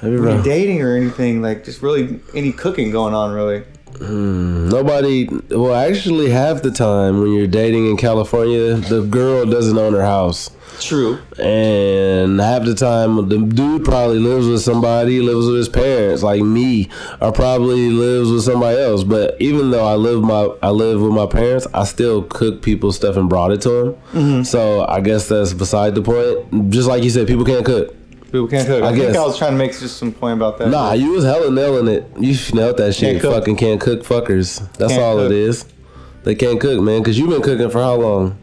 Speaker 2: Have you
Speaker 1: been
Speaker 2: ever-
Speaker 1: dating or anything like just really any cooking going on really.
Speaker 2: Nobody. Well, actually, half the time when you're dating in California, the girl doesn't own her house,
Speaker 1: True.
Speaker 2: and half the time the dude probably lives with somebody, lives with his parents, like me, or probably lives with somebody else. But even though I live my I live with my parents, I still cook people stuff and brought it to them. So I guess that's beside the point. Just like you said, people can't cook.
Speaker 1: People can't cook.
Speaker 2: I
Speaker 1: I, think
Speaker 2: guess.
Speaker 1: I was trying to make just some point about that.
Speaker 2: Nah, you was hella nailing it. You nailed that shit.
Speaker 1: Can't cook.
Speaker 2: Fucking can't cook fuckers. That's
Speaker 1: Can't
Speaker 2: all
Speaker 1: cook.
Speaker 2: it is. They can't cook, man, because you've been cooking for how long?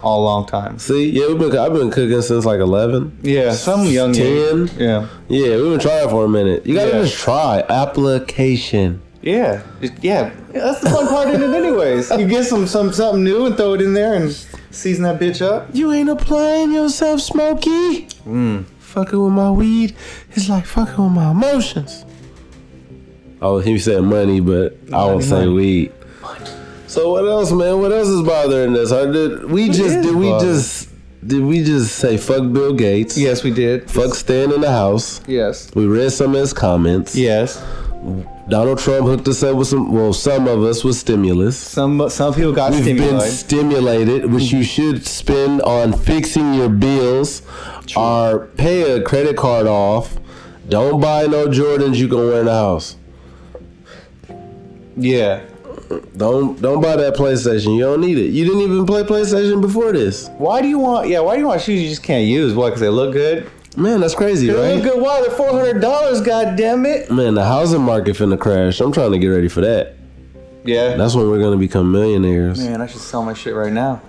Speaker 1: all long time.
Speaker 2: See, yeah, we've been, coo- I've been cooking since like 11.
Speaker 1: Yeah, some young
Speaker 2: Ten?
Speaker 1: Yeah,
Speaker 2: Yeah, we've been trying for a minute. You gotta
Speaker 1: Yeah.
Speaker 2: just try. Application.
Speaker 1: yeah, Just- yeah. That's the fun part in it, anyways. You get some some something new and throw it in there and season that bitch up.
Speaker 2: You ain't applying yourself, Smokey. Mm. Fucking with my weed is like fucking with my emotions. Oh, he said money, but I won't
Speaker 1: Money,
Speaker 2: say
Speaker 1: money.
Speaker 2: weed. So what else, man? What else is bothering us? Or did we just
Speaker 1: is
Speaker 2: did we
Speaker 1: bothering?
Speaker 2: just did we just say fuck Bill Gates?
Speaker 1: Yes, we did.
Speaker 2: Fuck staying in the house.
Speaker 1: Yes.
Speaker 2: We read some of his comments.
Speaker 1: Yes.
Speaker 2: Donald Trump hooked us up with some well, some of us with stimulus.
Speaker 1: Some some people got
Speaker 2: We've been
Speaker 1: stimulated.
Speaker 2: stimulated, which you should spend on fixing your bills or pay a credit card off. Don't buy no Jordans you can wear in the house.
Speaker 1: yeah.
Speaker 2: Don't don't buy that PlayStation. You don't need it. You didn't even play PlayStation before this.
Speaker 1: Why do you want? Yeah. Why do you want shoes you just can't use? Why? Because they look good.
Speaker 2: Man, that's crazy,
Speaker 1: They
Speaker 2: right?
Speaker 1: look good. Why? They're four hundred dollars. God damn it.
Speaker 2: Man, the housing market finna crash. I'm trying to get ready for that.
Speaker 1: Yeah.
Speaker 2: That's when we're gonna become millionaires.
Speaker 1: Man, I should sell my shit right now.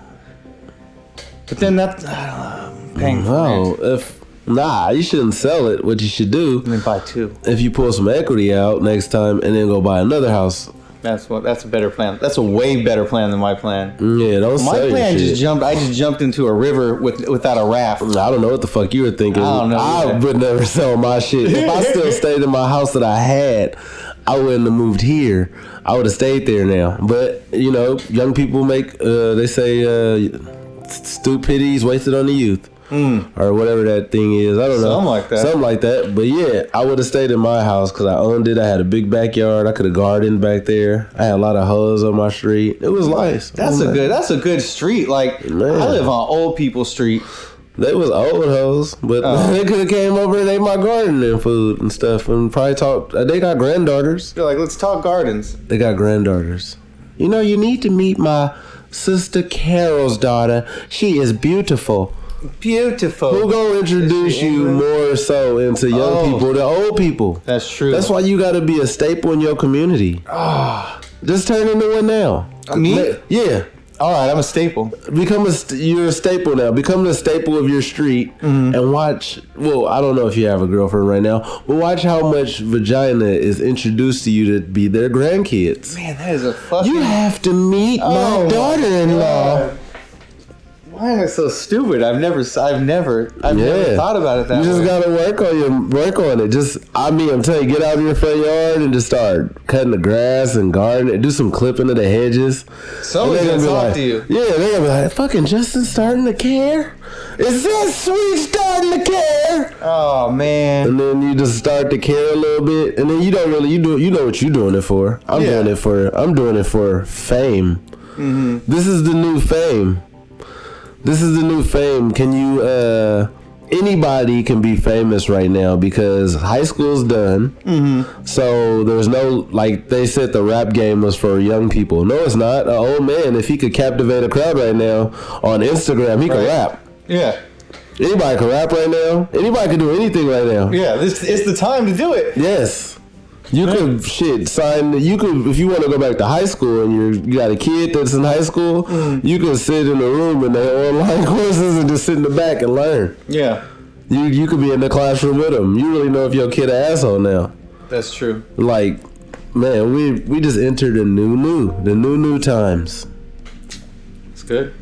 Speaker 1: But then that's I don't know. Paying
Speaker 2: No,
Speaker 1: for
Speaker 2: if nah, you shouldn't sell it. What you should do
Speaker 1: it. And then buy two.
Speaker 2: if you pull some equity out next time and then go buy another house.
Speaker 1: That's what. That's a better plan. That's a way better plan than my plan.
Speaker 2: Yeah, don't
Speaker 1: My
Speaker 2: sell
Speaker 1: plan
Speaker 2: your shit.
Speaker 1: just jumped. I just jumped into a river with without a raft.
Speaker 2: I don't know what the fuck you were thinking.
Speaker 1: I don't know
Speaker 2: I
Speaker 1: either.
Speaker 2: would never sell my shit. If I
Speaker 1: [LAUGHS]
Speaker 2: still stayed in my house that I had, I wouldn't have moved here. I would have stayed there now. But you know, young people make uh, they say uh, stupidity is wasted on the youth. Or whatever that thing is, I don't know.
Speaker 1: Hmm. Something like that.
Speaker 2: Something like that. But yeah, I would have stayed in my house because I owned it. I had a big backyard. I could have gardened back there. I had a lot of hoes on my street. It was nice.
Speaker 1: That's a good. That's a good street. Like
Speaker 2: Man.
Speaker 1: I live on old people street.
Speaker 2: They was old hoes, but [LAUGHS]
Speaker 1: Oh.
Speaker 2: they could have came over and ate my garden and food and stuff, and probably talked. uh, They got granddaughters.
Speaker 1: They're like, let's talk gardens.
Speaker 2: They got granddaughters. You know, you need to meet my sister Carol's daughter. She is beautiful.
Speaker 1: Beautiful.
Speaker 2: Who gonna
Speaker 1: Is
Speaker 2: introduce
Speaker 1: she
Speaker 2: you
Speaker 1: English?
Speaker 2: more so into young
Speaker 1: Oh.
Speaker 2: people than old people?
Speaker 1: That's true.
Speaker 2: That's why you gotta be a staple in your community.
Speaker 1: Ah.
Speaker 2: Just turn into one now.
Speaker 1: Me?
Speaker 2: Let- Yeah.
Speaker 1: All right, I'm a staple.
Speaker 2: become a st- you're a staple now. Become the staple of your street
Speaker 1: Mm-hmm.
Speaker 2: and watch. Well, I don't know if you have a girlfriend right now, but watch how much vagina is introduced to you to be their grandkids.
Speaker 1: Man, that is a fucking.
Speaker 2: You have to meet
Speaker 1: Oh
Speaker 2: my
Speaker 1: my
Speaker 2: daughter-in-law.
Speaker 1: God. Why am I so stupid? I've never, I've never, I've never
Speaker 2: Yeah.
Speaker 1: thought about it that
Speaker 2: You just
Speaker 1: way.
Speaker 2: gotta work on your work on it. Just I mean, I'm telling you, get out of your front yard and just start cutting the grass and gardening. Do some clipping of the hedges.
Speaker 1: Someone's
Speaker 2: And
Speaker 1: gonna
Speaker 2: they're
Speaker 1: talk
Speaker 2: like,
Speaker 1: to you.
Speaker 2: Yeah, they're gonna be like, fucking Justin's starting to care. Is this sweet starting to care?
Speaker 1: Oh man.
Speaker 2: And then you just start to care a little bit, and then you don't really you do you know what you're doing it for. I'm
Speaker 1: Yeah.
Speaker 2: doing it for I'm doing it for fame.
Speaker 1: Mm-hmm.
Speaker 2: This is the new fame. This is the new fame. Can you? uh Anybody can be famous right now because high school's done.
Speaker 1: Mm-hmm.
Speaker 2: So there's no like they said the rap game was for young people. No, it's not. An old man, if he could captivate a crowd right now on Instagram, he could
Speaker 1: Right.
Speaker 2: rap.
Speaker 1: Yeah,
Speaker 2: Anybody can rap right now. Anybody can do anything right now.
Speaker 1: yeah. This it's the time to do it.
Speaker 2: Yes. You could shit sign. You could if you want to go back to high school and you're, you got a kid that's in high school.
Speaker 1: Mm.
Speaker 2: You could sit in the room and they online [LAUGHS] courses and just sit in the back and learn.
Speaker 1: Yeah,
Speaker 2: You you could be in the classroom with them. You really know if your kid an asshole now.
Speaker 1: that's true.
Speaker 2: Like, man, we we just entered a new new the new new times.
Speaker 1: It's good.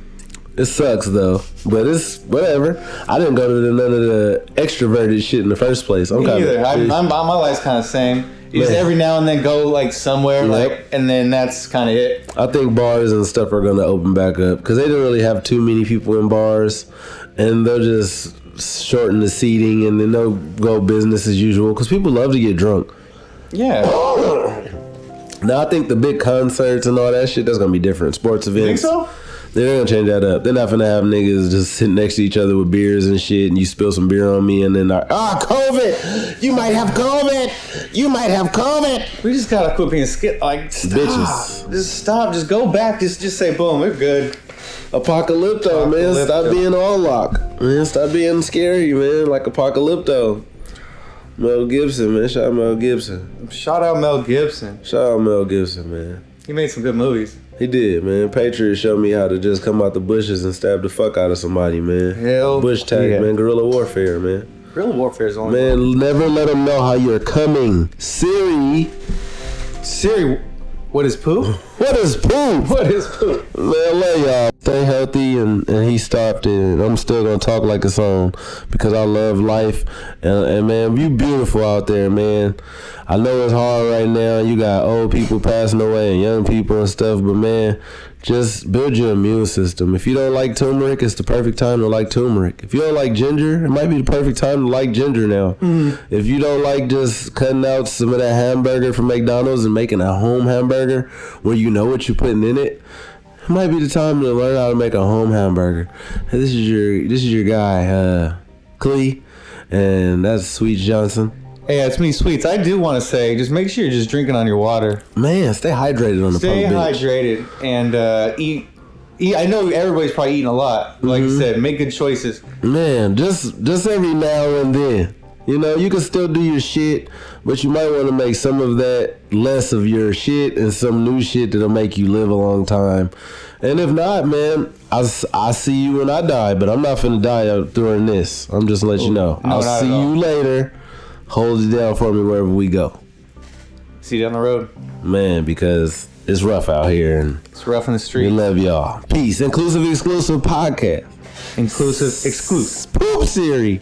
Speaker 2: It sucks though, but it's whatever. I didn't go to the, none of the extroverted shit in the first place. I'm
Speaker 1: Me
Speaker 2: kind
Speaker 1: either.
Speaker 2: of
Speaker 1: I'm, I'm, my life's kind of same. You just
Speaker 2: Man.
Speaker 1: every now and then go like somewhere,
Speaker 2: Yep.
Speaker 1: like, and then that's kind of it.
Speaker 2: I think bars and stuff are going to open back up because they don't really have too many people in bars, and they'll just shorten the seating and then they'll go business as usual because people love to get drunk.
Speaker 1: Yeah.
Speaker 2: Now I think the big concerts and all that shit that's gonna be different. Sports
Speaker 1: Think
Speaker 2: events.
Speaker 1: so?
Speaker 2: They're gonna change that up. They're not gonna have niggas just sitting next to each other with beers and shit, and you spill some beer on me, and then like, ah, COVID. You might have COVID. You might have COVID.
Speaker 1: We just gotta quit being skit like stop.
Speaker 2: Bitches.
Speaker 1: Just stop. Just go back. Just just say boom. We're good.
Speaker 2: Apocalypto, man. Stop
Speaker 1: Apocalypto.
Speaker 2: being all lock. Man, stop being scary, man. Like Apocalypto. Mel Gibson, man. Shout out Mel Gibson.
Speaker 1: Shout out Mel Gibson.
Speaker 2: Shout out Mel Gibson, man.
Speaker 1: He made some good movies.
Speaker 2: He did, man. Patriot showed me how to just come out the bushes and stab the fuck out of somebody, man.
Speaker 1: Hell
Speaker 2: Bush tag,
Speaker 1: yeah.
Speaker 2: man. Guerrilla warfare, man.
Speaker 1: Real warfare is on.
Speaker 2: Man, never let them know how you're coming. Siri,
Speaker 1: Siri, what is poo?
Speaker 2: what is poop?
Speaker 1: what is poo?
Speaker 2: Man, love y'all. Stay healthy, and, and he stopped it. And I'm still gonna talk like it's on because I love life. And, and man, you beautiful out there, man. I know it's hard right now. You got old people passing away and young people and stuff, but man, just build your immune system. If you don't like turmeric, it's the perfect time to like turmeric. If you don't like ginger, it might be the perfect time to like ginger now. If you don't like just cutting out some of that hamburger from McDonald's and making a home hamburger where you know what you're putting in it. It might be the time to learn how to make a home hamburger. Hey, This is your this is your guy, uh, Clee, and that's Sweet Johnson.
Speaker 1: Hey, it's me, Sweets. I do want to say, just make sure you're just drinking on your water.
Speaker 2: Man, stay hydrated on the
Speaker 1: Stay
Speaker 2: pump, bitch.
Speaker 1: hydrated and uh, eat. Eat. I know everybody's probably eating a lot. Like you said, make good choices.
Speaker 2: Man, just just every now and then. You know, you can still do your shit, but you might want to make some of that less of your shit and some new shit that'll make you live a long time. And if not, man, I, s- I see you when I die, but I'm not finna die out during this. I'm just letting you know.
Speaker 1: No,
Speaker 2: I'll
Speaker 1: not at
Speaker 2: see
Speaker 1: all.
Speaker 2: you later. Hold it down for me wherever we go.
Speaker 1: See you down the road.
Speaker 2: Man, because it's rough out here and
Speaker 1: It's rough in the
Speaker 2: we
Speaker 1: street.
Speaker 2: love y'all. Peace. Inclusive, exclusive podcast.
Speaker 1: Inclusive, exclusive.
Speaker 2: Poop Siri.